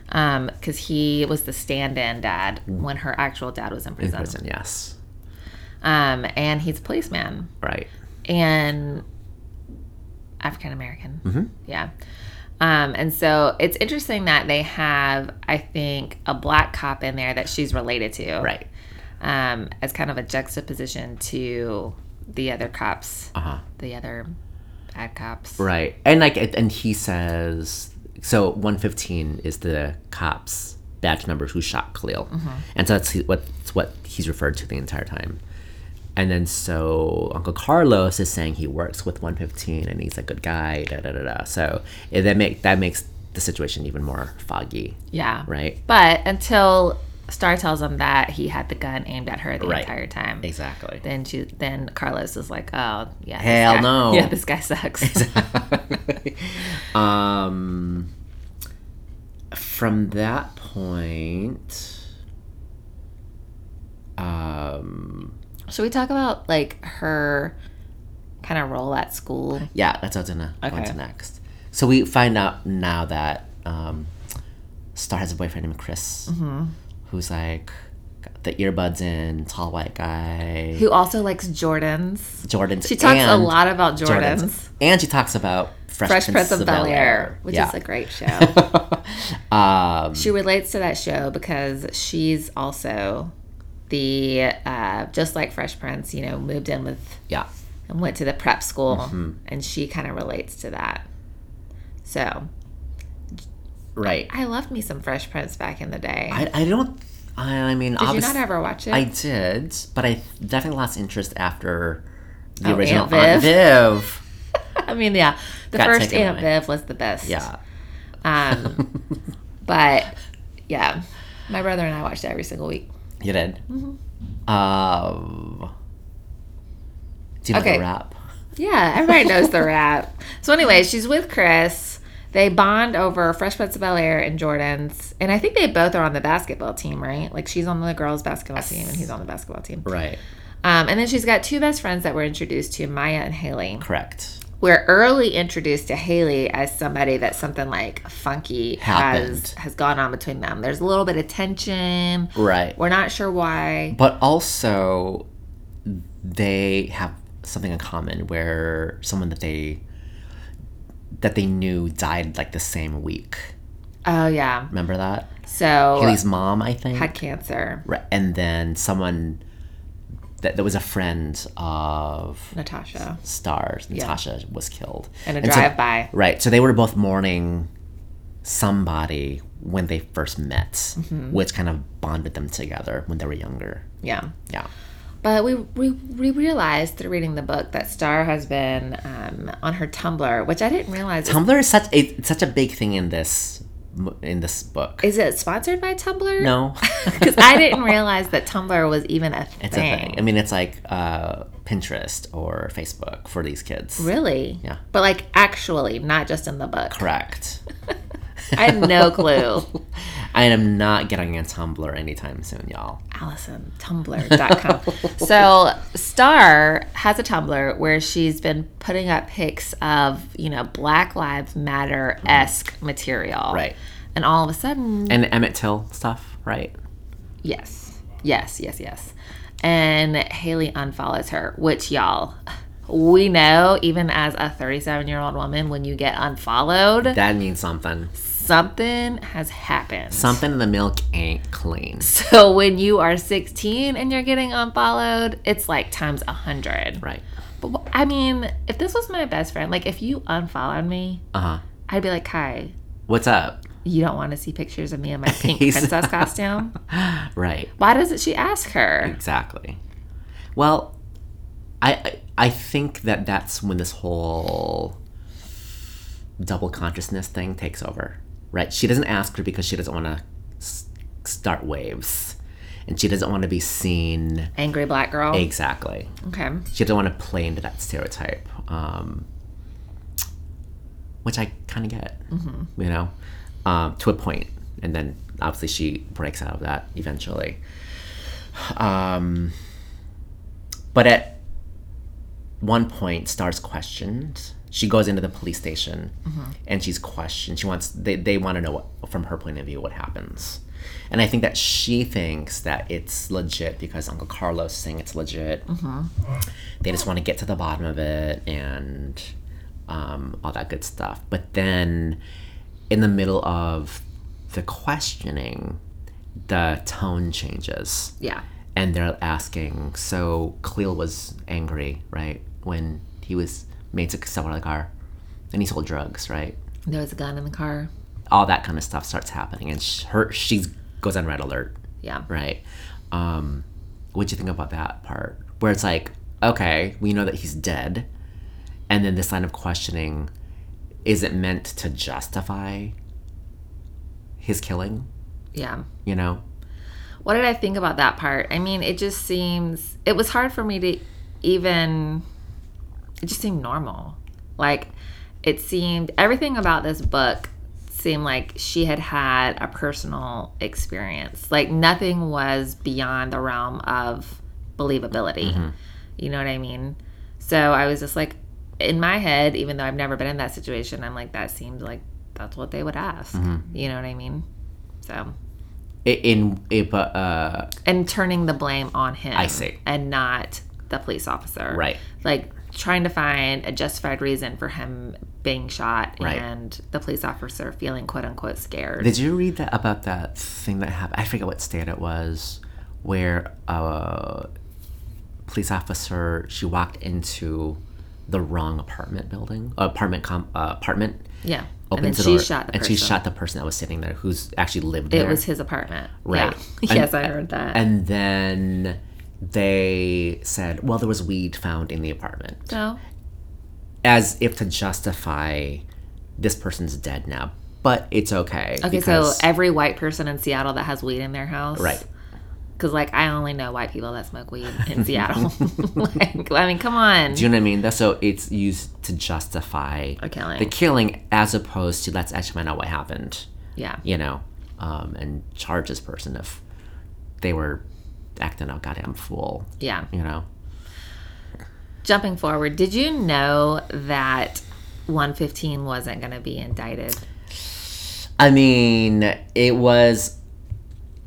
A: because he was the stand-in dad when her actual dad was in
B: In
A: prison.
B: prison. Yes.
A: Um, and he's a policeman
B: Right.
A: and African American.
B: Mm-hmm.
A: Yeah. Um, and so it's interesting that they have, I think, a black cop in there that she's related to,
B: Right.
A: Um, as kind of a juxtaposition to the other cops,
B: Uh huh.
A: the other bad cops.
B: Right. And like and and he says so 115 is the cops badge members who shot Khalil. And so that's he- what that's what he's referred to the entire time. And then so Uncle Carlos is saying he works with 115 and he's a good guy, da da da da. So it, that make that makes the situation even more foggy,
A: Yeah.
B: right?
A: But until Star tells him that he had the gun aimed at her the
B: Right.
A: entire time,
B: Exactly.
A: then she, then Carlos is like, "Oh, yeah, this
B: Hell
A: guy-
B: no.
A: [laughs] yeah, this guy
B: [laughs]
A: sucks."
B: um, from that point, um,
A: Should we talk about like her kind of role at school?
B: yeah, that's what's gonna go
A: Okay.
B: into next. So we find out now that um, Star has a boyfriend named Chris,
A: Mm-hmm.
B: who's like got the earbuds in, tall white guy.
A: Who also likes Jordans?
B: Jordan's
A: She talks a
B: and
A: lot about Jordans.
B: Jordans. and she talks about Fresh,
A: Fresh Prince of Bel Air, which
B: yeah.
A: is a
B: [laughs]
A: great show.
B: um,
A: she relates to that show because she's also the uh, just like Fresh Prince, you know, moved in with
B: yeah.
A: and went to the prep school
B: Mm-hmm.
A: and she kind of relates to that so
B: Right.
A: i loved me some fresh prince back in the day
B: I, I don't. I, I mean,
A: did you
B: obviously,
A: not ever watch it
B: I did, but I definitely lost interest after the
A: Oh,
B: original
A: Aunt
B: Aunt Viv.
A: [laughs] I mean yeah the
B: Got
A: first
B: taken
A: aunt
B: away.
A: viv was the best
B: Yeah, [laughs]
A: um, but yeah my brother and i watched it every single week
B: you did.
A: Mm-hmm.
B: Um, do you know
A: Okay.
B: the rap?
A: yeah everybody knows the rap so anyway she's with chris they bond over Fresh Prince of Bel Air and Jordan's, and I think they both are on the basketball team, right? Like she's on the girls' basketball team, and he's on the basketball team.
B: Right.
A: Um, and then she's got two best friends that were introduced to Maya and Haley.
B: Correct.
A: We're early introduced to Haley as somebody that something like funky has
B: Happened.
A: has gone on between them. There's a little bit of tension.
B: Right.
A: We're not sure why.
B: But also, they have something in common where someone that they that they knew died like the same week.
A: Oh yeah.
B: Remember that?
A: So
B: Haley's mom, I think.
A: had cancer.
B: Right. And then someone that, that was a friend of
A: Natasha
B: Stars, Natasha, was killed.
A: and a
B: so-
A: drive by.
B: right. So they were both mourning somebody when they first met,
A: Mm-hmm.
B: which kind of bonded them together when they were younger.
A: Yeah.
B: Yeah.
A: But we, we we realized through reading the book that Star has been um, on her Tumblr, which I didn't realize.
B: Tumblr is such it's such a big thing in this m- in this book.
A: is it sponsored by Tumblr? [laughs]
B: no.
A: [laughs] Because I didn't realize that Tumblr was even a thing.
B: It's a thing. I mean, it's like uh, Pinterest or Facebook for these kids.
A: Really?
B: Yeah.
A: But like actually, not just in the book.
B: Correct.
A: I had no
B: [laughs]
A: clue.
B: I am not getting a Tumblr anytime soon, y'all.
A: Allison, Tumblr.com. so Star has a Tumblr where she's been putting up pics of, you know, Black Lives Matter esque material.
B: Mm-hmm. Right.
A: And all of a sudden,
B: And Emmett Till stuff,
A: [laughs]
B: right?
A: yes, yes, yes, yes. And Haley unfollows her, which y'all, we know even as a 37 year old woman, when you get unfollowed,
B: That means something.
A: something has happened.
B: Something in the milk ain't clean.
A: So when you are 16 and you're getting unfollowed, it's like times 100.
B: Right.
A: But wh- I mean, if this was my best friend, like if you unfollowed me,
B: Uh huh.
A: I'd be like, Kai,
B: What's up?
A: you don't want to see pictures of me in my pink
B: [laughs] He's-
A: princess costume?
B: Right.
A: Why doesn't she ask her?
B: Exactly. Well, I I- I think that that's when this whole double consciousness thing takes over, right? She doesn't ask her because she doesn't want to s- start waves, and she doesn't want to be seen.
A: Angry black girl.
B: Exactly.
A: Okay.
B: She doesn't want to play into that stereotype, um, which I kind of get, you know, um, to a point. And then obviously she breaks out of that eventually. Um, but at one point, Star's questioned. She goes into the police station and she's questioned. She wants they, they want to know what, from her point of view what happens. And I think that she thinks that it's legit because Uncle Carlos is saying it's legit they just want to get to the bottom of it and um, all that good stuff. But then, in the middle of the questioning, the tone changes,
A: Yeah.
B: and they're asking. So Cleel was angry, right, when he was made to sell the car, and he sold drugs, right?
A: There was a gun in the car.
B: All that kind of stuff starts happening, and sh- her she goes on red alert
A: Yeah.
B: right? Um, what'd you think about that part? Where it's like, okay, we know that he's dead, and then this line of questioning is it meant to justify his killing?
A: Yeah.
B: You know,
A: What did I think about that part? I mean, it just seems it was hard for me to even it just seemed normal. Like it seemed everything about this book seemed like she had had a personal experience. Like nothing was beyond the realm of believability. You know what I mean? So I was just like in my head, even though I've never been in that situation, I'm like that seems like that's what they would ask. You know what I mean? So
B: I- in it, but uh,
A: and turning the blame on him.
B: I see.
A: And not the police officer.
B: right,
A: Like trying to find a justified reason for him being shot
B: Right.
A: and the police officer feeling quote unquote scared.
B: Did you read that about that thing that happened? I forget what state it was, where a police officer she walked into the wrong apartment building, apartment com, uh, apartment.
A: yeah. and then
B: Opens the
A: she
B: door,
A: shot the
B: and
A: person.
B: she shot the person that was sitting there, who's actually lived
A: it
B: there.
A: was his apartment.
B: Right.
A: Yeah. [laughs]
B: And-
A: yes, I heard that.
B: and then they said, "Well, there was weed found in the apartment."
A: so
B: as if to justify this person's dead now, but it's okay.
A: okay,
B: because-
A: so every white person in Seattle that has weed in their house.
B: Right.
A: Cause like I only know white people that smoke weed
B: [laughs]
A: in Seattle. [laughs] like I mean, come on.
B: Do you know what I mean? That's- So it's used to justify
A: A killing.
B: the killing as opposed to let's actually find out what happened,
A: yeah.
B: you know, um, and charge this person if they were acting a goddamn fool,
A: Yeah.
B: you know?
A: Jumping forward, did you know that 115 wasn't going to be indicted?
B: I mean, it was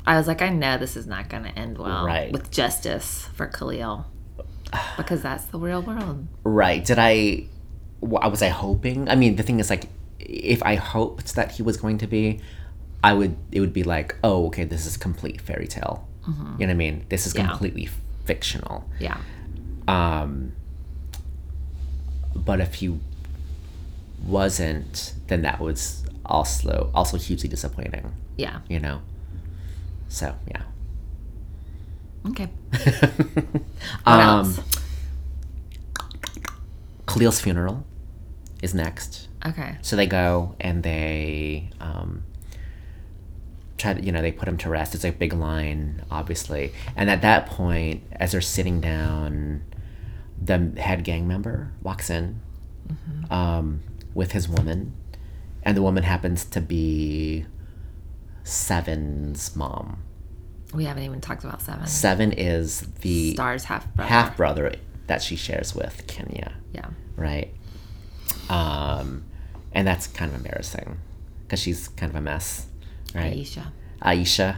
A: I was like, I know this is not going to end well
B: Right.
A: with justice for Khalil because that's the real world.
B: Right. Did I? wa- Was I hoping? I mean, the thing is, like, if I hoped that he was going to be, I would. It would be like, oh, okay, this is complete fairy tale. You know what I mean? This is
A: Mm-hmm. Yeah.
B: completely fictional.
A: Yeah.
B: Um, but if he wasn't, then that was also also hugely disappointing.
A: Yeah.
B: You know. So yeah.
A: Okay. [laughs] What
B: um,
A: else?
B: Khalil's funeral is next.
A: Okay.
B: So they go and they um, try to, you know, they put him to rest. It's a big line, obviously. And at that point, as they're sitting down, the head gang member walks in um, with his woman, and the woman happens to be Seven's mom.
A: We haven't even talked about seven.
B: Seven is the
A: Stars half brother.
B: half brother that she shares with Kenya,
A: Yeah.
B: right? Um, and that's kind of embarrassing because she's kind of a mess, right?
A: Aisha.
B: Aisha,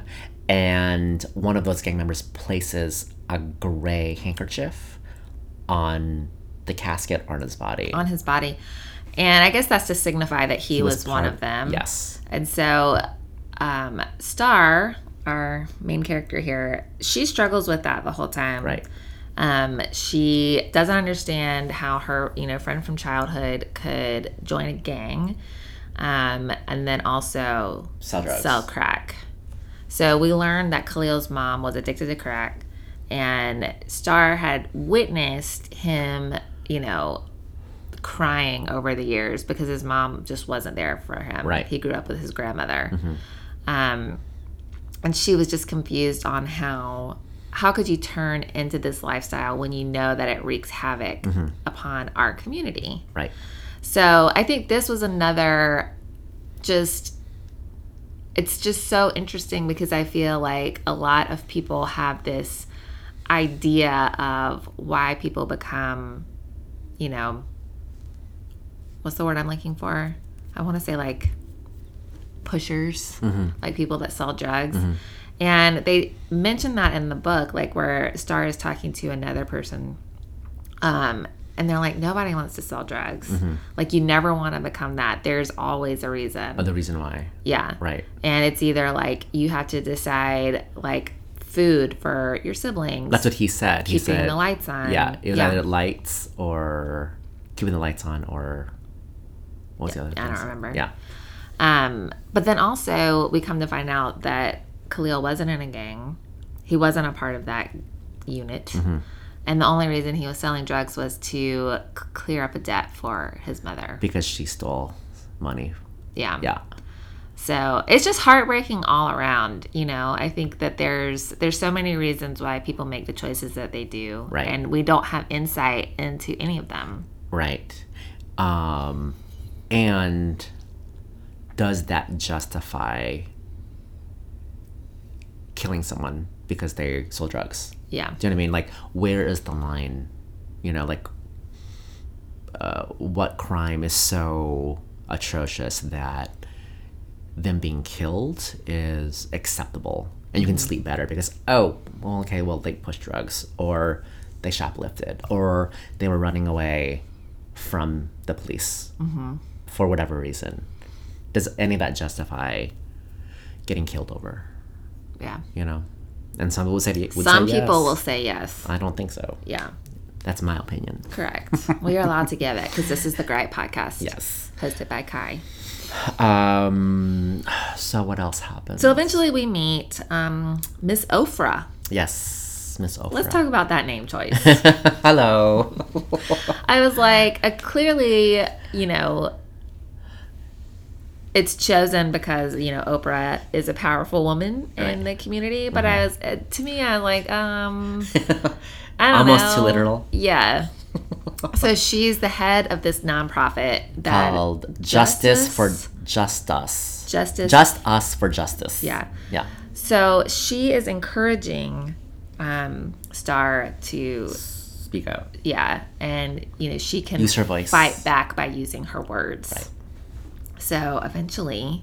B: and one of those gang members places a gray handkerchief on the casket on his body.
A: On his body. And I guess that's to signify that he, was, one
B: part-
A: of them.
B: Yes.
A: And so, um, Star, our main character here, she struggles with that the whole time.
B: Right.
A: Um, she doesn't understand how her, you know, friend from childhood could join a gang, um, and then also
B: Sell drugs.
A: sell crack. So we learned that Khalil's mom was addicted to crack, and Star had witnessed him, you know, crying over the years because his mom just wasn't there for him.
B: Right.
A: He grew up with his grandmother. Um, and she was just confused on how how could you turn into this lifestyle when you know that it wreaks havoc upon our community.
B: Right.
A: So I think this was another just it's just so interesting because I feel like a lot of people have this idea of why people become, you know, what's the word I'm looking for? I want to say like pushers, like people that sell drugs. And they mention that in the book, like where Star is talking to another person um, and they're like, nobody wants to sell drugs. Like, you never want to become that. There's always a reason.
B: But the reason why.
A: yeah.
B: Right.
A: And it's either like you have to decide, like, food for your siblings,
B: That's what he said. He
A: keeping
B: said.
A: the lights on.
B: Yeah. It was
A: yeah.
B: either lights or keeping the lights on or what was the other?
A: I don't
B: thing?
A: remember.
B: Yeah.
A: Um, but then also, we come to find out that Khalil wasn't in a gang, he wasn't a part of that unit.
B: Mm-hmm.
A: And the only reason he was selling drugs was to c- clear up a debt for his mother.
B: Because she stole money.
A: Yeah.
B: Yeah.
A: So it's just heartbreaking all around. You know, I think that there's there's so many reasons why people make the choices that they do,
B: Right.
A: and we don't have insight into any of them.
B: Right. Um, and does that justify killing someone because they sold drugs?
A: Yeah,
B: Do you know what I mean? Like, where is the line? You know, like, uh, what crime is so atrocious that them being killed is acceptable and you can
A: Mm-hmm.
B: sleep better because, oh, well, okay, well, they pushed drugs or they shoplifted or they were running away from the police
A: Mm-hmm.
B: for whatever reason. Does any of that justify getting killed over?
A: yeah.
B: You know? And some people would say, would
A: Some
B: say
A: people
B: yes.
A: will say yes.
B: I don't think so.
A: Yeah,
B: That's my opinion. [laughs]
A: correct. we are allowed to give it because this is the Gripe podcast.
B: Yes.
A: hosted by Kai.
B: Um. [sighs] So what else happened?
A: So eventually we meet um, Miss Ofra.
B: yes, Miss Oprah.
A: Let's talk about that name choice.
B: [laughs] Hello.
A: I was like, uh, clearly, you know, it's chosen because you know Oprah is a powerful woman in the community. But
B: Mm-hmm.
A: I was, uh, to me, I'm like,
B: [laughs]
A: um, I don't
B: Almost
A: know.
B: too literal. [laughs]
A: Yeah. so she's the head of this nonprofit that
B: Called justice, for
A: Justice?
B: just us.
A: Justice.
B: Just us for justice.
A: Yeah.
B: Yeah.
A: so she is encouraging um, Star to
B: Speak out.
A: yeah and you know she can
B: Use her voice.
A: fight back by using her words so eventually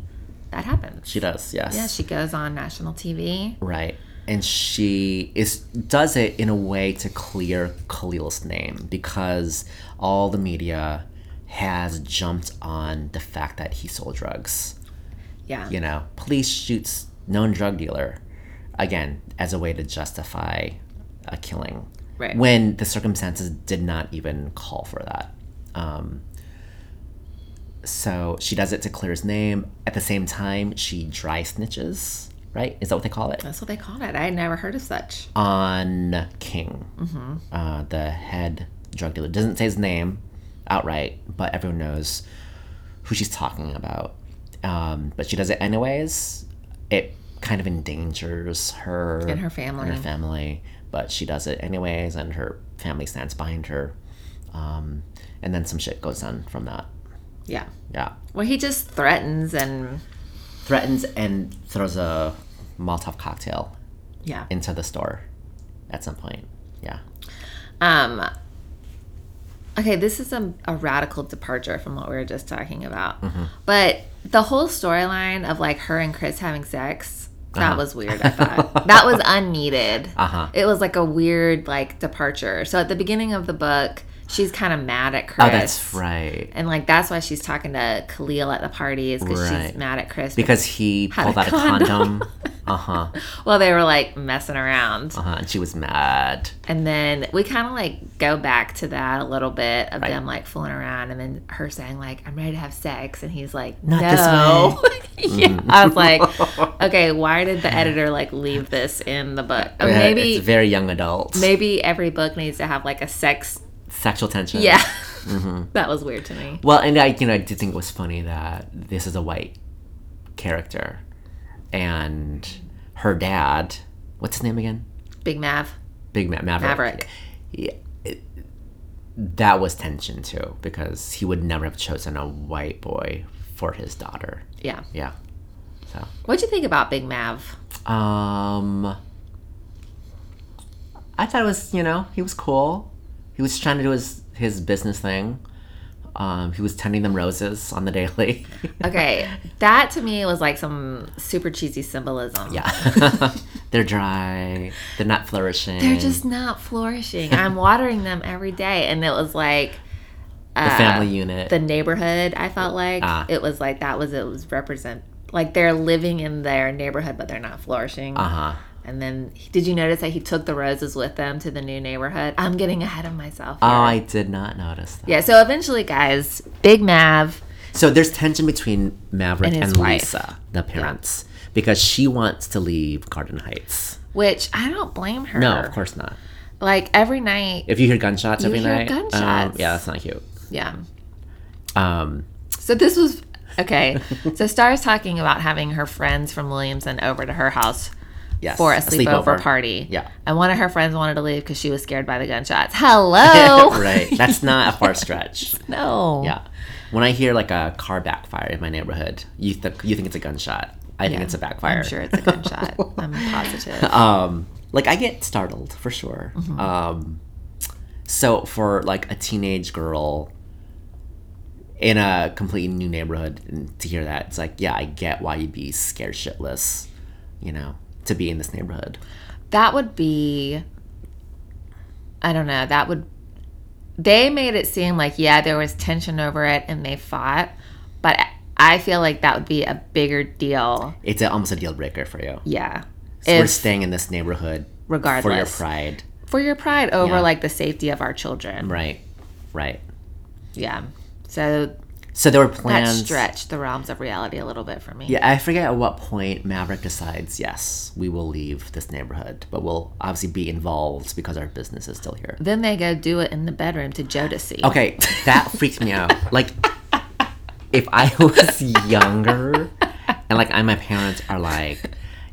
A: that happens
B: She does. Yes.
A: yeah she goes on national tv
B: Right. And she is does it in a way to clear Khalil's name because all the media has jumped on the fact that he sold drugs.
A: yeah
B: you know, police shoots known drug dealer again as a way to justify a killing
A: Right.
B: when the circumstances did not even call for that. Um, so she does it to clear his name. At the same time, she dry snitches, right? Is that what they call it?
A: that's what they called it i had never heard of such
B: On King,
A: Mm-hmm.
B: uh, the head drug dealer. Doesn't say his name outright, but everyone knows who she's talking about. Um, but she does it anyways. It kind of endangers her
A: And her family.
B: and her family, but she does it anyways, and her family stands behind her. Um, and then some shit goes on from that.
A: Yeah.
B: Yeah,
A: Well, he just threatens and
B: threatens and throws a Molotov cocktail
A: yeah.
B: into the store at some point. Yeah,
A: Um, okay, this is a, a radical departure from what we were just talking about.
B: Mm-hmm.
A: But the whole storyline of like her and Chris having sex, that
B: Uh-huh.
A: was weird, I thought. that
B: [laughs]
A: was unneeded.
B: uh huh.
A: It was like a weird like departure. So at the beginning of the book, she's kind of mad at Chris.
B: Oh, that's right.
A: And like that's why she's talking to Khalil at the parties because she's
B: Right.
A: mad at Chris.
B: Because he
A: Had a
B: pulled out a
A: condom. [laughs]
B: condom. Uh huh.
A: well, they were like messing around.
B: Uh huh. And she was mad.
A: And then we kind of like go back to that a little bit of
B: Right.
A: them like fooling around and then her saying like I'm ready to have sex and he's like
B: Not this
A: no.
B: Mm-hmm.
A: [laughs] yeah, I was like
B: [laughs]
A: okay, why did the editor like leave this in the book? Or
B: Yeah,
A: Uh, maybe
B: it's very young adult.
A: maybe every book needs to have like a sex.
B: Sexual tension.
A: Yeah.
B: Mm-hmm.
A: [laughs] that was weird to me.
B: Well, and I you know I did think it was funny that this is a white character, and her dad. What's his name again?
A: Big Mav.
B: Big Ma- Maverick.
A: Maverick.
B: Yeah, it- that was tension too because he would never have chosen a white boy for his daughter.
A: Yeah.
B: Yeah. So.
A: What'd you think about Big Mav?
B: Um, I thought it was you know he was cool. He was trying to do his his business thing. Um, he was tending them roses on the daily. [laughs]
A: Okay, that to me was like some super cheesy symbolism.
B: yeah, [laughs] they're dry. They're not flourishing.
A: They're just not flourishing. I'm watering them every day. And it was like
B: the family unit.
A: uh, the neighborhood, I felt like.
B: Ah.
A: It was like that was it was represent like they're living in their neighborhood but they're not flourishing.
B: uh huh.
A: And then did you notice that he took the roses with them to the new neighborhood? I'm getting ahead of myself.
B: Oh,
A: here.
B: I did not notice that.
A: yeah, so eventually guys, Big Mav
B: So there's tension between Maverick
A: And
B: and,
A: his wife.
B: Lisa, the parents, because she wants to leave Garden Heights.
A: which I don't blame her.
B: No, of course not.
A: Like every night,
B: If you hear gunshots
A: You
B: every
A: hear
B: night, um,
A: gunshots.
B: yeah, that's not cute.
A: yeah.
B: Um,
A: So this was
B: [laughs]
A: okay. so Star's talking about having her friends from Williamson over to her house
B: yes,
A: for a sleepover, party.
B: Yeah.
A: And one of her friends wanted to leave because she was scared by the gunshots. Hello.
B: [laughs] [laughs] right. That's not a
A: [laughs]
B: far stretch.
A: No.
B: Yeah. When I hear like a car backfire in my neighborhood, you think you think it's a gunshot. I think it's a backfire.
A: I'm sure it's a
B: [laughs]
A: gunshot. I'm positive.
B: um, like I get startled for sure.
A: Mm-hmm.
B: Um, so for like a teenage girl in a completely new neighborhood and to hear that, it's like yeah, I get why you'd be scared shitless, you know, to be in this neighborhood.
A: That would be. I don't know. That would. They made it seem like yeah, there was tension over it and they fought, but I feel like that would be a bigger deal.
B: It's a, almost a deal breaker for you.
A: Yeah.
B: We're
A: If,
B: staying in this neighborhood
A: regardless.
B: for your pride,
A: for your pride over
B: Yeah.
A: like the safety of our children.
B: right? Right.
A: Yeah. So
B: So there were
A: that
B: plans.
A: stretched the realms of reality a little bit for me.
B: Yeah, I forget at what point Maverick decides, yes, we will leave this neighborhood, but we'll obviously be involved because our business is still here.
A: Then they go do it in the bedroom to Jodeci.
B: Okay, that freaked
A: [laughs]
B: me out. Like, if I was younger and like I, my parents are like,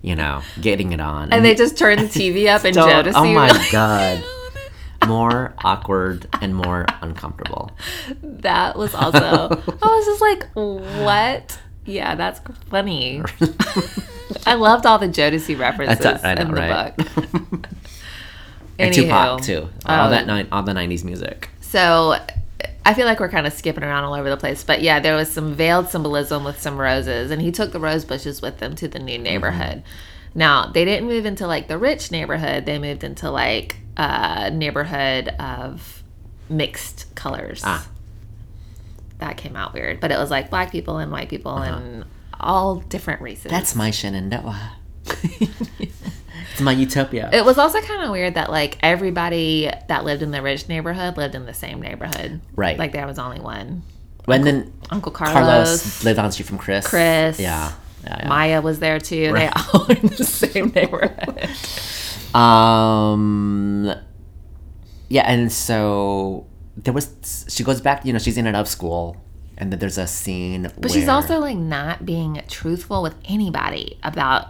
B: you know, getting it on,
A: And they just turn the TV up and
B: don't-
A: Jodeci.
B: oh my
A: really-
B: god, more awkward and more
A: [laughs]
B: uncomfortable.
A: That was
B: [laughs]
A: also. I was just like, what? Yeah, that's funny. I loved all the Jodeci references
B: That's I know,
A: in the
B: right? [laughs]
A: book.
B: and Tupac um,
A: Anywho.
B: too. All
A: Oh.
B: that nine, all the '90s music.
A: So I feel like we're kind of skipping around all over the place. But yeah, there was some veiled symbolism with some roses, and he took the rose bushes with them to the
B: Mm-hmm.
A: new neighborhood. Now, they didn't move into like the rich neighborhood, they moved into like a neighborhood of mixed colors.
B: Ah.
A: That came out weird, but it was like black people and white people and all different races.
B: Uh-huh. That's my Shenandoah. it's my utopia.
A: it was also kind of weird that like everybody that lived in the rich neighborhood lived in the same neighborhood.
B: Right.
A: Like there was only one.
B: and then
A: Uncle
B: Carlos lived on the street from Chris.
A: Chris.
B: Yeah. Yeah,
A: Maya was there too.
B: Right.
A: They all [laughs] were in the same
B: [laughs]
A: neighborhood.
B: yeah. Um. Yeah, and so there was. She goes back. You know, she's in and out of school, and then there's a scene.
A: But she's also like not being truthful with anybody about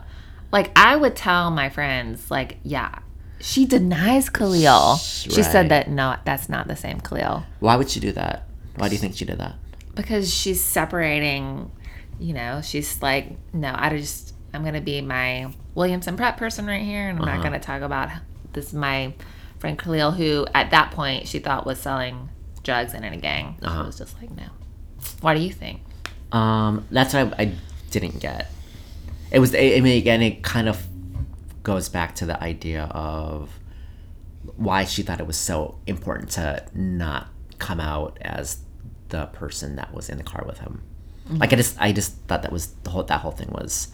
A: Like I would tell my friends, like, yeah, she denies Khalil.
B: Sh-
A: She
B: right.
A: said that no, that's not the same Khalil
B: Why would she do that? Why do you think she did that?
A: because she's separating. You know, she's like, no, I just I'm gonna be my Williamson prep person right here, and I'm
B: Uh-huh.
A: not gonna talk about this my friend Khalil, who at that point she thought was selling drugs and in a gang. So
B: Uh-huh.
A: I was just like, no. Why do you think?
B: Um, that's what I, I didn't get. It was, I I mean, again, it kind of goes back to the idea of why she thought it was so important to not come out as the person that was in the car with him.
A: Mm-hmm.
B: Like I just, I just thought that was the whole that whole thing was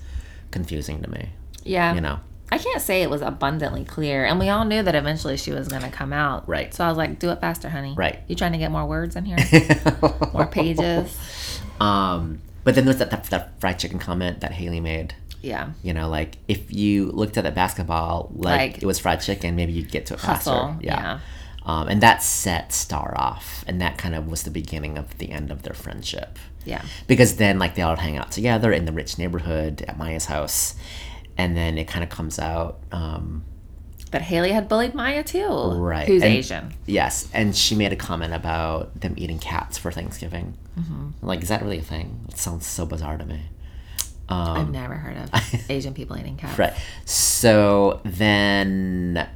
B: confusing to me.
A: Yeah,
B: You know, [laughs]
A: I can't say it was abundantly clear, and we all knew that eventually she was going to come out.
B: Right.
A: So I was like, "Do it faster, honey."
B: Right.
A: You trying to get more words
B: [laughs]
A: in here, more pages?
B: um, but then there's that, that that fried chicken comment that Haley made.
A: Yeah.
B: You know, like if you looked at the basketball like,
A: Like-
B: it was fried chicken, maybe you'd get to it
A: Hustle,
B: faster.
A: yeah.
B: Um, and that set Star off, and that kind of was the beginning of the end of their friendship.
A: Yeah.
B: Because then, like, they all hang out together in the rich neighborhood at Maya's house, and then it kind of comes out. Um,
A: But Haley had bullied Maya too.
B: Right.
A: Who's
B: And-
A: Asian?
B: yes, and she made a comment about them eating cats for Thanksgiving. Like, is that really a thing? It sounds so bizarre to me.
A: I've never heard of Asian people eating cats.
B: Right. So then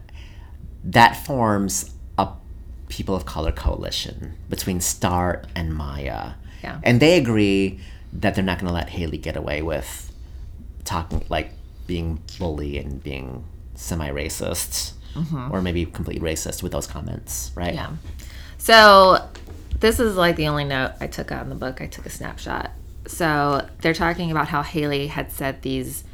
B: that forms a people of color coalition between Star and Maya.
A: Yeah.
B: And they agree that they're not going to let Haley get away with talking, like being bully and being semi racist or maybe completely racist with those comments, right?
A: Mm-hmm. Yeah. So this is like the only note I took out in the book. I took a snapshot. So they're talking about how Haley had said these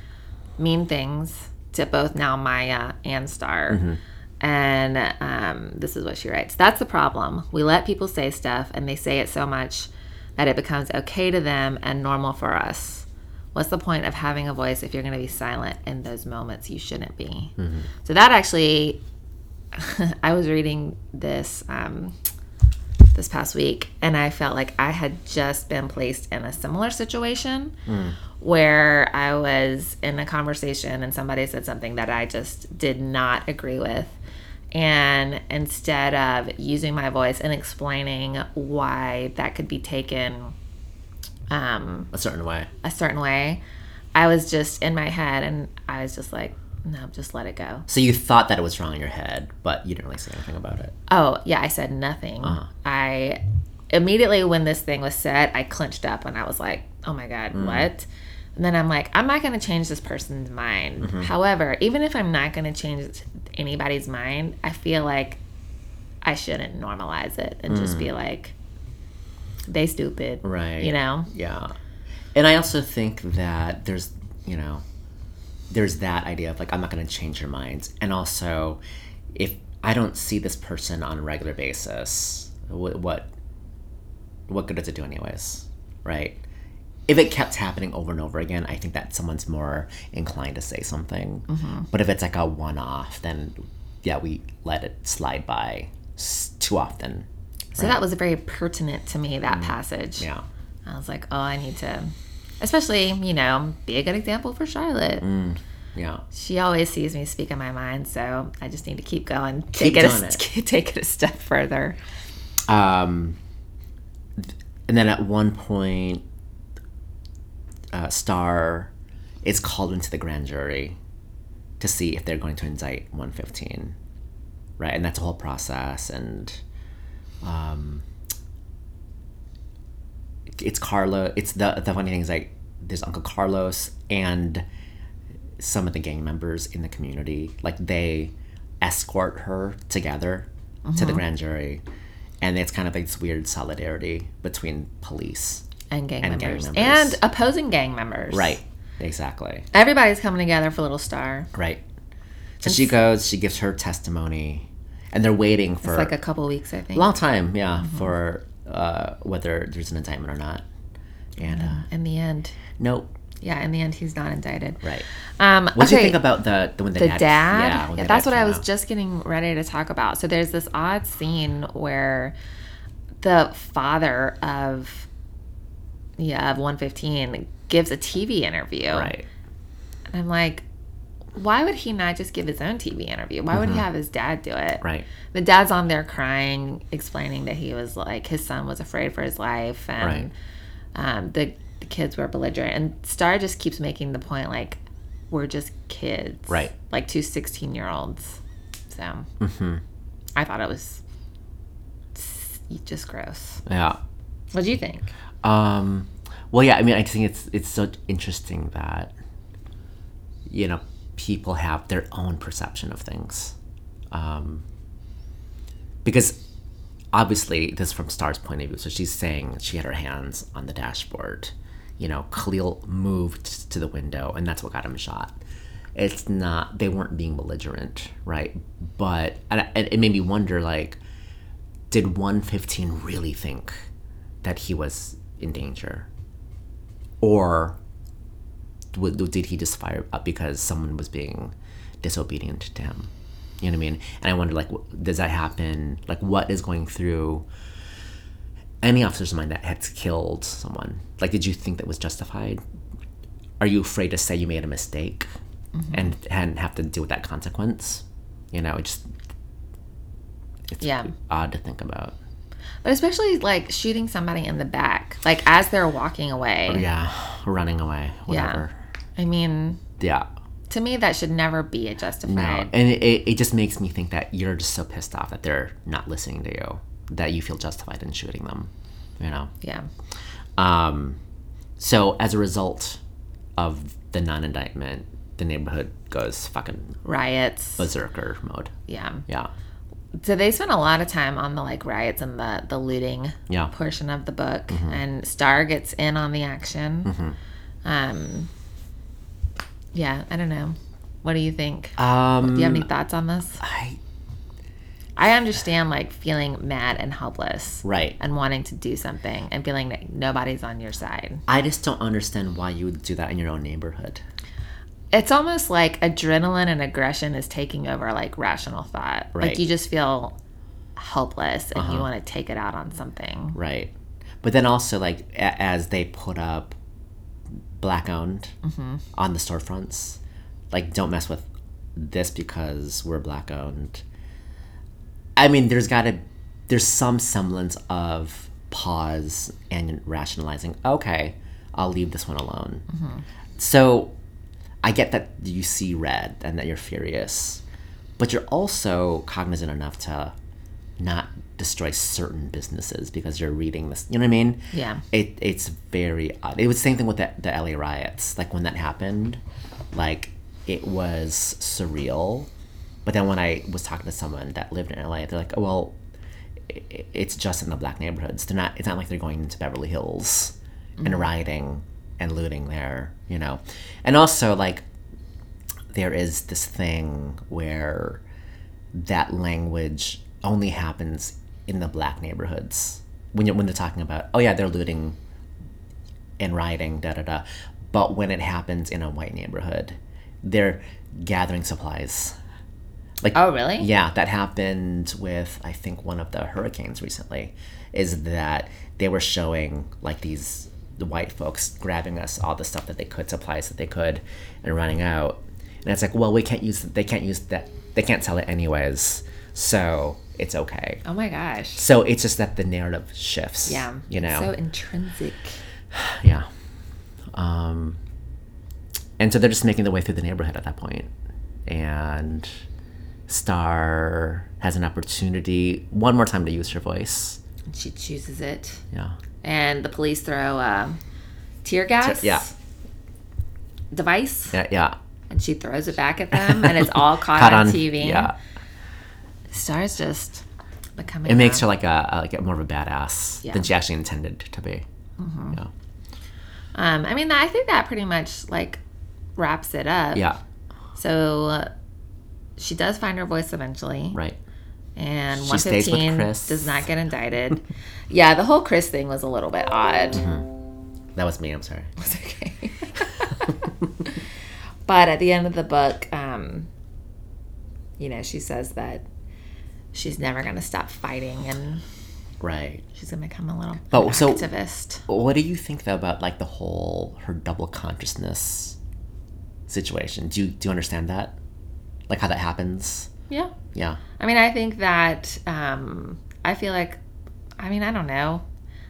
A: mean things to both now Maya and Star. And um, this is what she writes That's the problem. We let people say stuff, and they say it so much that it becomes okay to them and normal for us. What's the point of having a voice if you're going to be silent in those moments you shouldn't be? So that actually I was reading this um, this past week, and I felt like I had just been placed in a similar situation where I was in a conversation and somebody said something that I just did not agree with. And instead of using my voice and explaining why that could be taken um,
B: A certain way.
A: a certain way, I was just in my head and I was just like, no, just let it go.
B: So you thought that it was wrong in your head, but you didn't really say anything about it.
A: Oh, yeah, I said nothing.
B: Uh-huh.
A: I immediately when this thing was said, I clenched up and I was like, "Oh my god,
B: Mm.
A: what?" And then I'm like, "I'm not going to change this person's mind."
B: Mm-hmm.
A: However, even if I'm not going to change anybody's mind, I feel like I shouldn't normalize it and just be like they stupid.
B: Mm. Right.
A: You know?
B: Yeah. And I also think that there's, you know, there's that idea of like, I'm not going to change your minds. And also, if I don't see this person on a regular basis, what, what, what good does it do, anyways? Right? If it kept happening over and over again, I think that someone's more inclined to say something. But if it's like a one off, then yeah, we let it slide by s- too often.
A: So that was very pertinent to me that passage.
B: Mm. Yeah.
A: I was like, "Oh, I need to especially, you know, be a good example for Charlotte."
B: Yeah.
A: She always sees me speak in my mind, so I just need to keep going.
B: Keep
A: take it,
B: doing
A: a, st- [laughs] take it a step further.
B: um, th- and then at one point, uh, Star is called into the grand jury to see if they're going to indict 115, right? And that's a whole process, and um, it's Carlo. It's the the funny thing is like there's Uncle Carlos and some of the gang members in the community like they escort her together to the
A: Uh-huh.
B: grand jury and it's kind of like this weird solidarity between police
A: And gang
B: And gang
A: members. And
B: members.
A: opposing gang members.
B: right exactly
A: Everybody's coming together for Little Star.
B: right so she goes she gives her testimony and they're waiting for
A: It's like a Mm-hmm. couple weeks, I think.
B: long time yeah for uh, whether there's an indictment or not and uh,
A: In the end.
B: nope
A: Yeah, in the end, he's not indicted.
B: right
A: Um,
B: what do you
A: okay,
B: think about the, the when the,
A: the
B: dad,
A: dad?
B: yeah, when the
A: that's
B: dad
A: what I
B: came
A: was
B: out?
A: just getting ready to talk about. So there's this odd scene where the father of yeah of 115 gives a TV interview.
B: right
A: And I'm like, why would he not just give his own TV interview? Why would he have his dad do it?
B: Mm-hmm. Right.
A: The dad's on there crying, explaining that he was like his son was afraid for his life, and
B: Right.
A: um, the, the kids were belligerent. And Star just keeps making the point like we're just kids,
B: Right.
A: Like two 16 year olds. So
B: Mm-hmm.
A: I thought it was s- just gross.
B: Yeah.
A: What do you think?
B: Um, well, yeah. I mean, I just think it's it's so interesting that you know people have their own perception of things, um, because obviously this is from Star's point of view. So she's saying she had her hands on the dashboard. You know, Khalil moved to the window, and that's what got him shot. It's not they weren't being belligerent, right? But and I- and it made me wonder, like, did 115 really think that he was in danger? Or w- did he just fire up because someone was being disobedient to him? You know what I mean? And I wonder, like, w- does that happen? Like, what is going through any officer's mind that had killed someone? Like, did you think that was justified? Are you afraid to say you made a mistake and and have to deal with that consequence? You know, it's just
A: Yeah.
B: odd to think about.
A: But especially like shooting somebody in the back, like as they're walking away.
B: Oh, Yeah, running away, whatever.
A: I mean,
B: Yeah.
A: to me, that should never be a justified.
B: And it- it, it just makes me think that you're just so pissed off that they're not listening to you, that you feel justified in shooting them, you know?
A: Yeah.
B: Um, so as a result of the non indictment, the neighborhood goes fucking
A: Riots.
B: berserker mode.
A: yeah.
B: Yeah.
A: So they spent a lot of time on the like riots and the, the looting
B: Yeah. Mm-hmm.
A: portion of the book. And Star gets in on the action. Um, yeah, I don't know. What do you think?
B: Um,
A: do you have any thoughts on this?
B: I,
A: I understand like feeling mad and helpless
B: right.
A: and wanting to do something and feeling that nobody's on your side.
B: I just don't understand why you would do that in your own neighborhood.
A: it's almost like adrenaline and aggression is taking over like rational thought.
B: Right. Uh-huh.
A: Like you just feel helpless and you want to take it out on something.
B: Right. But then also, like, a- as they put up black owned on the storefronts, like, don't mess with this because we're black owned. I mean, there's got to, there's some semblance of pause and rationalizing, okay, I'll leave this one alone. So I get that you see red and that you're furious, but you're also cognizant enough to not destroy certain businesses because you're reading this. You know what I mean?
A: Yeah.
B: It it's very odd. It was the same thing with the, the LA riots. Like when that happened, like it was surreal. But then when I was talking to someone that lived in LA, they're like, oh, "Well, i- i- it's just in the black neighborhoods. They're not. It's not like they're going to Beverly Hills and rioting and looting there, you know." And also, like, there is this thing where that language only happens in the black neighborhoods when you when they're talking about oh yeah they're looting and rioting da da da but when it happens in a white neighborhood they're gathering supplies like
A: Oh, really?
B: yeah that happened with i think one of the hurricanes recently is that they were showing like these the white folks grabbing us all the stuff that they could supplies that they could and running out and it's like well we can't use they can't use that they can't sell it anyways so it's okay
A: Oh my gosh.
B: so it's just that the narrative shifts
A: Yeah.
B: you know
A: So intrinsic.
B: yeah. Um, and so they're just making their way through the neighborhood at that point. And Star has an opportunity one more time to use her voice.
A: She chooses it.
B: Yeah.
A: And the police throw a tear gas
B: Te- yeah.
A: device
B: Yeah. yeah.
A: and she throws it back at them and it's
B: [laughs]
A: all caught,
B: Caught
A: on, TV.
B: Yeah.
A: Star's just becoming
B: It makes her like a, a- like a more of a badass
A: Yeah. Mm-hmm.
B: than she actually intended to be. Yeah.
A: um I mean I think that pretty much like wraps it up.
B: Yeah.
A: So uh, she does find her voice eventually,
B: Right.
A: and
B: She stays with
A: 115
B: Chris.
A: does not get
B: [laughs]
A: indicted. yeah, the whole Chris thing was a little bit odd.
B: Mm-hmm. That was me. I'm sorry.
A: [laughs] It's
B: [laughs]
A: okay. but at the end of the book, um, you know, she says that she's never going to stop fighting and
B: Right.
A: she's going to become a little
B: But Oh, so-
A: activist.
B: What do you think though about like the whole her double consciousness situation. Do you do you understand that? Like how that happens?
A: Yeah.
B: Yeah.
A: I mean, I think that um, I feel like, I mean, I don't know.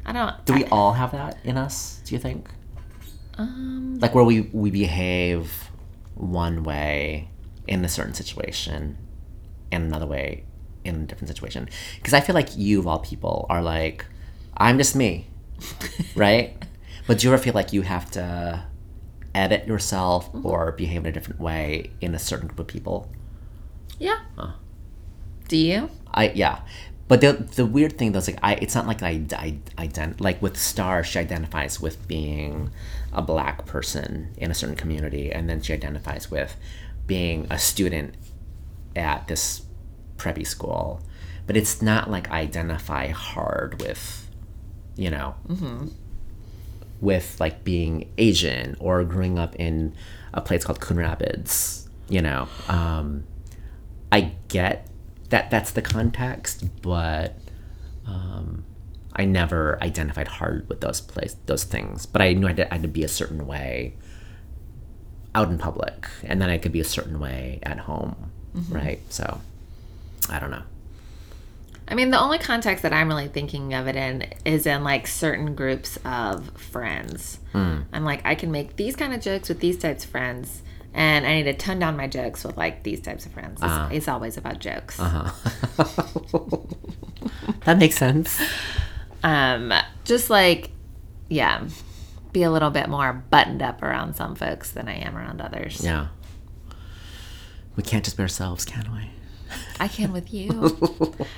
A: I don't.
B: Do we
A: I-
B: all have that in us? Do you think?
A: um,
B: Like where we we behave one way in a certain situation, and another way in a different situation. Because I feel like you of all people are like, I'm just
A: [laughs]
B: me, right? But do you ever feel like you have to edit yourself
A: Mm-hmm.
B: or behave in a different way in a certain group of people?
A: yeah. Do you?
B: I yeah, but the the weird thing though is like I it's not like I I ident like with Star she identifies with being a black person in a certain community, and then she identifies with being a student at this preppy school, but it's not like I identify hard with, you know. With like being Asian or growing up in a place called Coon Rapids, you know, um, I get that that's the context, but um, I never identified hard with those place those things. But I knew I had, to, I had to be a certain way out in public, and then I could be a certain way at home, right? So I don't know.
A: I mean, the only context that I'm really thinking of it in is in like certain groups of friends. I'm like, I can make these kind of jokes with these types of friends, and I need to tone down my jokes with like these types of friends. It's, it's always about jokes.
B: That makes sense.
A: Um, just like, yeah, be a little bit more buttoned up around some folks than I am around others.
B: Yeah. We can't just be ourselves, can we?
A: I can with you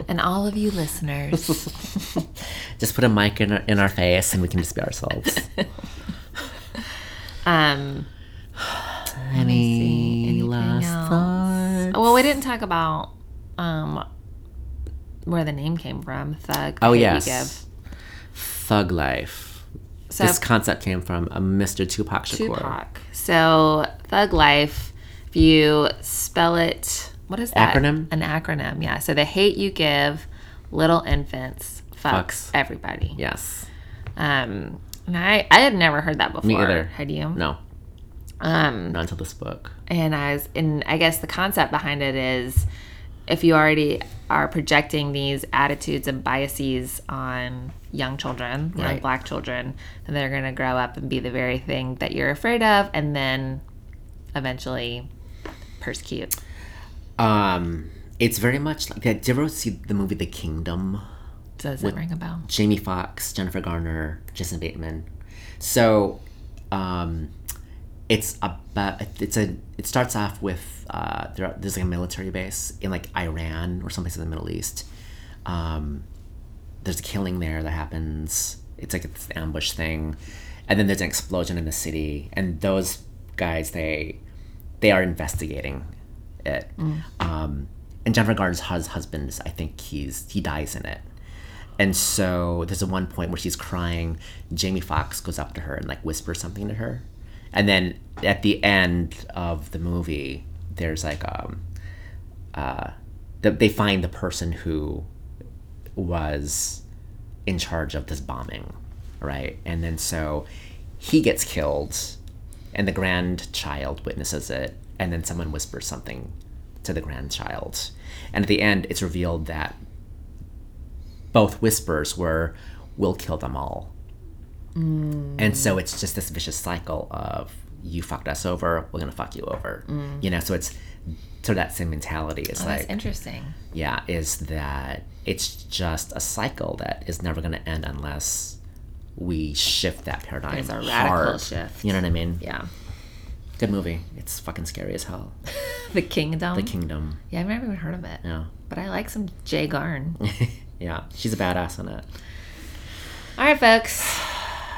A: and all of you listeners.
B: Just put a mic in our, in our face, and we can just be [laughs] ourselves.
A: Um,
B: Any
A: anything
B: last
A: else?
B: thoughts?
A: well, we didn't talk about um, where the name came from. Thug.
B: Oh
A: that you
B: yes, Thug Life.
A: So
B: this concept came from a Mr. Tupac Shakur.
A: Tupac. So Thug Life, if you spell it, what is that?
B: Acronym?
A: An acronym, yeah. So the hate you give little infants fucks,
B: Fucks.
A: everybody.
B: Yes.
A: Um, and I, I had never heard that before.
B: either.
A: Had you?
B: No. Um. Not until this book.
A: and I was, and I guess the concept behind it is, if you already are projecting these attitudes and biases on young children, young
B: Right.
A: black children, then they're going to grow up and be the very thing that you're afraid of, and then eventually persecute.
B: Um. It's very much like that. Did you ever see the movie The Kingdom?
A: Doesn't ring a bell.
B: Jamie Foxx, Jennifer Garner, Jason Bateman. So, um, it's about it's a it starts off with uh, there, there's like a military base in like Iran or someplace in the Middle East. Um, there's a killing there that happens. It's like this ambush thing, and then there's an explosion in the city, and those guys they they are investigating it. Um, and Jennifer Garner's hus- husband, is- I think he's he dies in it. And so there's a one point where she's crying. Jamie Foxx goes up to her and like whispers something to her, and then at the end of the movie, there's like um, uh, the, they find the person who was in charge of this bombing, right? And then so he gets killed, and the grandchild witnesses it, and then someone whispers something to the grandchild, and at the end, it's revealed that both whispers were, "We'll kill them all." And so it's just this vicious cycle of you fucked us over, we're gonna fuck you over. You know, so it's sort of that same mentality. It's
A: Oh,
B: like
A: That's interesting.
B: yeah, is that it's just a cycle that is never going to end unless we shift that paradigm.
A: There's a
B: hard.
A: radical shift.
B: You know what I mean?
A: Yeah,
B: Good movie. It's fucking scary as hell.
A: Mm-hmm. the kingdom.
B: The Kingdom.
A: yeah, I've never even heard of it,
B: Yeah. [laughs]
A: but I like some Jay Garn.
B: yeah. She's a badass in it.
A: All right, folks.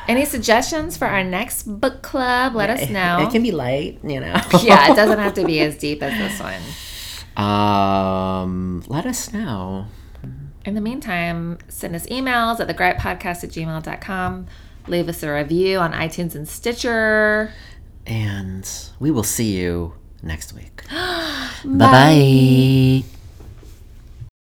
A: Any suggestions for our next book club? Let
B: [laughs]
A: us know.
B: It can be light, you know.
A: [laughs] yeah, it doesn't have to be as deep as this one.
B: [laughs] Um, let us know.
A: In the meantime, send us emails at thegrippodcast at gmail.com. Leave us a review on iTunes and Stitcher. [gasps]
B: And we will see you next week. Bye-bye.